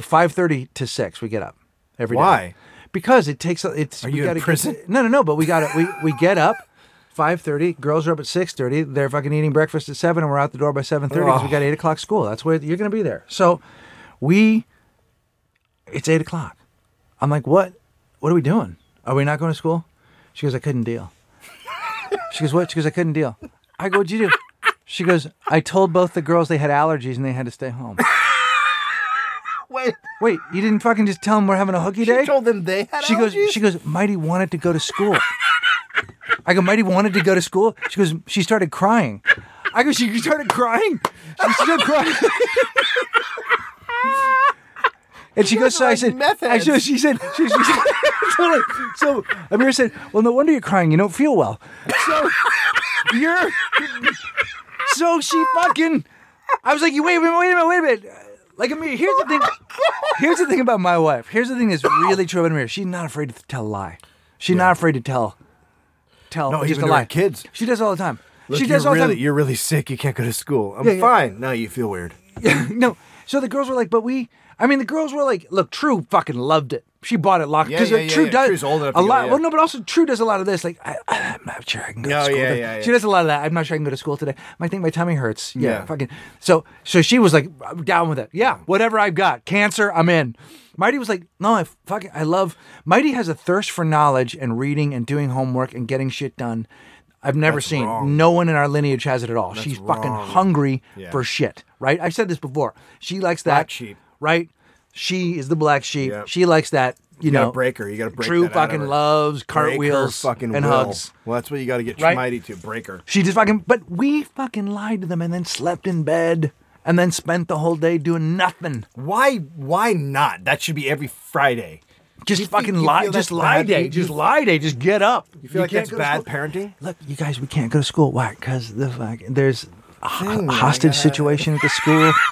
[SPEAKER 2] Five thirty to six, we get up every day.
[SPEAKER 1] Why?
[SPEAKER 2] Because it takes. It's. Are
[SPEAKER 1] you in prison?
[SPEAKER 2] no, no, no. But we got to We we get up. Five thirty. Girls are up at six thirty. They're fucking eating breakfast at seven, and we're out the door by seven thirty because we
[SPEAKER 1] Oh.
[SPEAKER 2] got eight o'clock school. That's where you're gonna be there. So, we. It's eight o'clock. I'm like, what? What are we doing? Are we not going to school? She goes, I couldn't deal. She goes, what? She goes, I couldn't deal. I go, what'd you do? She goes, I told both the girls they had allergies and they had to stay home.
[SPEAKER 1] Wait,
[SPEAKER 2] Wait, you didn't fucking just tell them we're having a hooky day?
[SPEAKER 1] them they had.
[SPEAKER 2] She goes, she goes, Mighty wanted to go to school. I go, Mighty wanted to go to school. She goes, she started crying. I go, she started crying. She's still crying. And she goes, so I
[SPEAKER 1] like
[SPEAKER 2] said,
[SPEAKER 1] meth
[SPEAKER 2] I so
[SPEAKER 1] heads.
[SPEAKER 2] she said, she, she said totally. so Amir said, well, no wonder you're crying. You don't feel well. So you're, so she fucking, I was like, you wait a minute, wait a minute, wait a minute. Like Amir, here's the thing. Here's the thing about my wife. Here's the thing that's really true about Amir. She's not afraid to tell a lie. She's not afraid to tell tell
[SPEAKER 1] No,
[SPEAKER 2] just
[SPEAKER 1] even
[SPEAKER 2] a
[SPEAKER 1] to
[SPEAKER 2] lie.
[SPEAKER 1] our kids.
[SPEAKER 2] She does all the time.
[SPEAKER 1] Look,
[SPEAKER 2] she does
[SPEAKER 1] you're
[SPEAKER 2] all
[SPEAKER 1] really,
[SPEAKER 2] the time.
[SPEAKER 1] You're really sick. You can't go to school. I'm
[SPEAKER 2] Yeah, yeah.
[SPEAKER 1] fine. No, you feel weird.
[SPEAKER 2] no. So the girls were like, but we, I mean, the girls were like, look, True fucking loved it. She bought it locked
[SPEAKER 1] Yeah,
[SPEAKER 2] because
[SPEAKER 1] yeah, yeah,
[SPEAKER 2] True
[SPEAKER 1] yeah.
[SPEAKER 2] does
[SPEAKER 1] True's old enough
[SPEAKER 2] a
[SPEAKER 1] to go,
[SPEAKER 2] lot.
[SPEAKER 1] yeah.
[SPEAKER 2] Well, no, but also True does a lot of this. Like, I, I'm not sure I can go
[SPEAKER 1] No,
[SPEAKER 2] to school.
[SPEAKER 1] yeah,
[SPEAKER 2] today.
[SPEAKER 1] yeah, yeah.
[SPEAKER 2] She does a lot of that. I'm not sure I can go to school today. I think my tummy hurts. Yeah,
[SPEAKER 1] Yeah.
[SPEAKER 2] fucking. So, so she was like, I'm down with it. Yeah, whatever I've got, cancer, I'm in. Mighty was like, no, I fucking, I love. Mighty has a thirst for knowledge and reading and doing homework and getting shit done. I've never
[SPEAKER 1] That's
[SPEAKER 2] seen.
[SPEAKER 1] wrong.
[SPEAKER 2] No one in our lineage has it at all. She's fucking
[SPEAKER 1] wrong.
[SPEAKER 2] hungry
[SPEAKER 1] Yeah.
[SPEAKER 2] for shit, right? I've said this before. She likes that
[SPEAKER 1] Black sheep.
[SPEAKER 2] right? She is the black sheep.
[SPEAKER 1] Yep.
[SPEAKER 2] She likes that. You,
[SPEAKER 1] gotta
[SPEAKER 2] know,
[SPEAKER 1] break her. You gotta break
[SPEAKER 2] True
[SPEAKER 1] that out of
[SPEAKER 2] fucking
[SPEAKER 1] her.
[SPEAKER 2] loves
[SPEAKER 1] Break her
[SPEAKER 2] cartwheels
[SPEAKER 1] fucking
[SPEAKER 2] and
[SPEAKER 1] will.
[SPEAKER 2] hugs.
[SPEAKER 1] Well, that's what you got to get
[SPEAKER 2] Right?
[SPEAKER 1] mighty to break her.
[SPEAKER 2] She just fucking. But we fucking lied to them and then slept in bed and then spent the whole day doing nothing.
[SPEAKER 1] Why? Why not? That should be every Friday.
[SPEAKER 2] Just
[SPEAKER 1] You think-
[SPEAKER 2] fucking
[SPEAKER 1] you
[SPEAKER 2] lie.
[SPEAKER 1] feel
[SPEAKER 2] Just
[SPEAKER 1] that's
[SPEAKER 2] lie
[SPEAKER 1] bad?
[SPEAKER 2] day.
[SPEAKER 1] You-
[SPEAKER 2] Just
[SPEAKER 1] you-
[SPEAKER 2] lie day. Just get up.
[SPEAKER 1] You feel like
[SPEAKER 2] can't
[SPEAKER 1] that's
[SPEAKER 2] go to
[SPEAKER 1] bad
[SPEAKER 2] school.
[SPEAKER 1] parenting?
[SPEAKER 2] Look, you guys, we can't go to school. Why? Because the fuck, there's a ho-
[SPEAKER 1] Thing,
[SPEAKER 2] hostage
[SPEAKER 1] yeah.
[SPEAKER 2] situation at the school.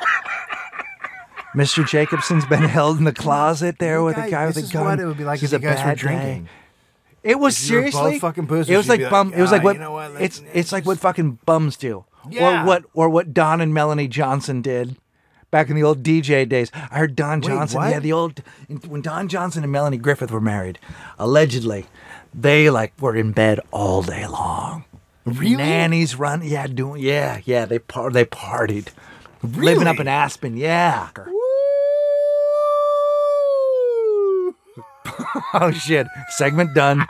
[SPEAKER 2] Mr. Jacobson's been held in the closet there
[SPEAKER 1] You
[SPEAKER 2] with
[SPEAKER 1] guys-
[SPEAKER 2] a guy with
[SPEAKER 1] this
[SPEAKER 2] a
[SPEAKER 1] is
[SPEAKER 2] gun.
[SPEAKER 1] what it would be like
[SPEAKER 2] This
[SPEAKER 1] if
[SPEAKER 2] is
[SPEAKER 1] you
[SPEAKER 2] a
[SPEAKER 1] guys were
[SPEAKER 2] bad day.
[SPEAKER 1] drinking.
[SPEAKER 2] It was
[SPEAKER 1] you were both
[SPEAKER 2] seriously
[SPEAKER 1] fucking pussies,
[SPEAKER 2] It was
[SPEAKER 1] you'd
[SPEAKER 2] like
[SPEAKER 1] be like,
[SPEAKER 2] bum. it was like
[SPEAKER 1] "Ah,
[SPEAKER 2] what?
[SPEAKER 1] you know what, let's-
[SPEAKER 2] it's
[SPEAKER 1] let's
[SPEAKER 2] it's like what fucking bums do,
[SPEAKER 1] Yeah.
[SPEAKER 2] or what or what Don and Melanie Johnson did back in the old DJ days. I heard Don Johnson.
[SPEAKER 1] what?
[SPEAKER 2] yeah, the old when Don Johnson and Melanie Griffith were married, allegedly, they like were in bed all day long.
[SPEAKER 1] Really?
[SPEAKER 2] Nannies run. Yeah, doing. Yeah, yeah. They par- They partied. Living up
[SPEAKER 1] Really?
[SPEAKER 2] in Aspen. Yeah. Oh shit. Segment done.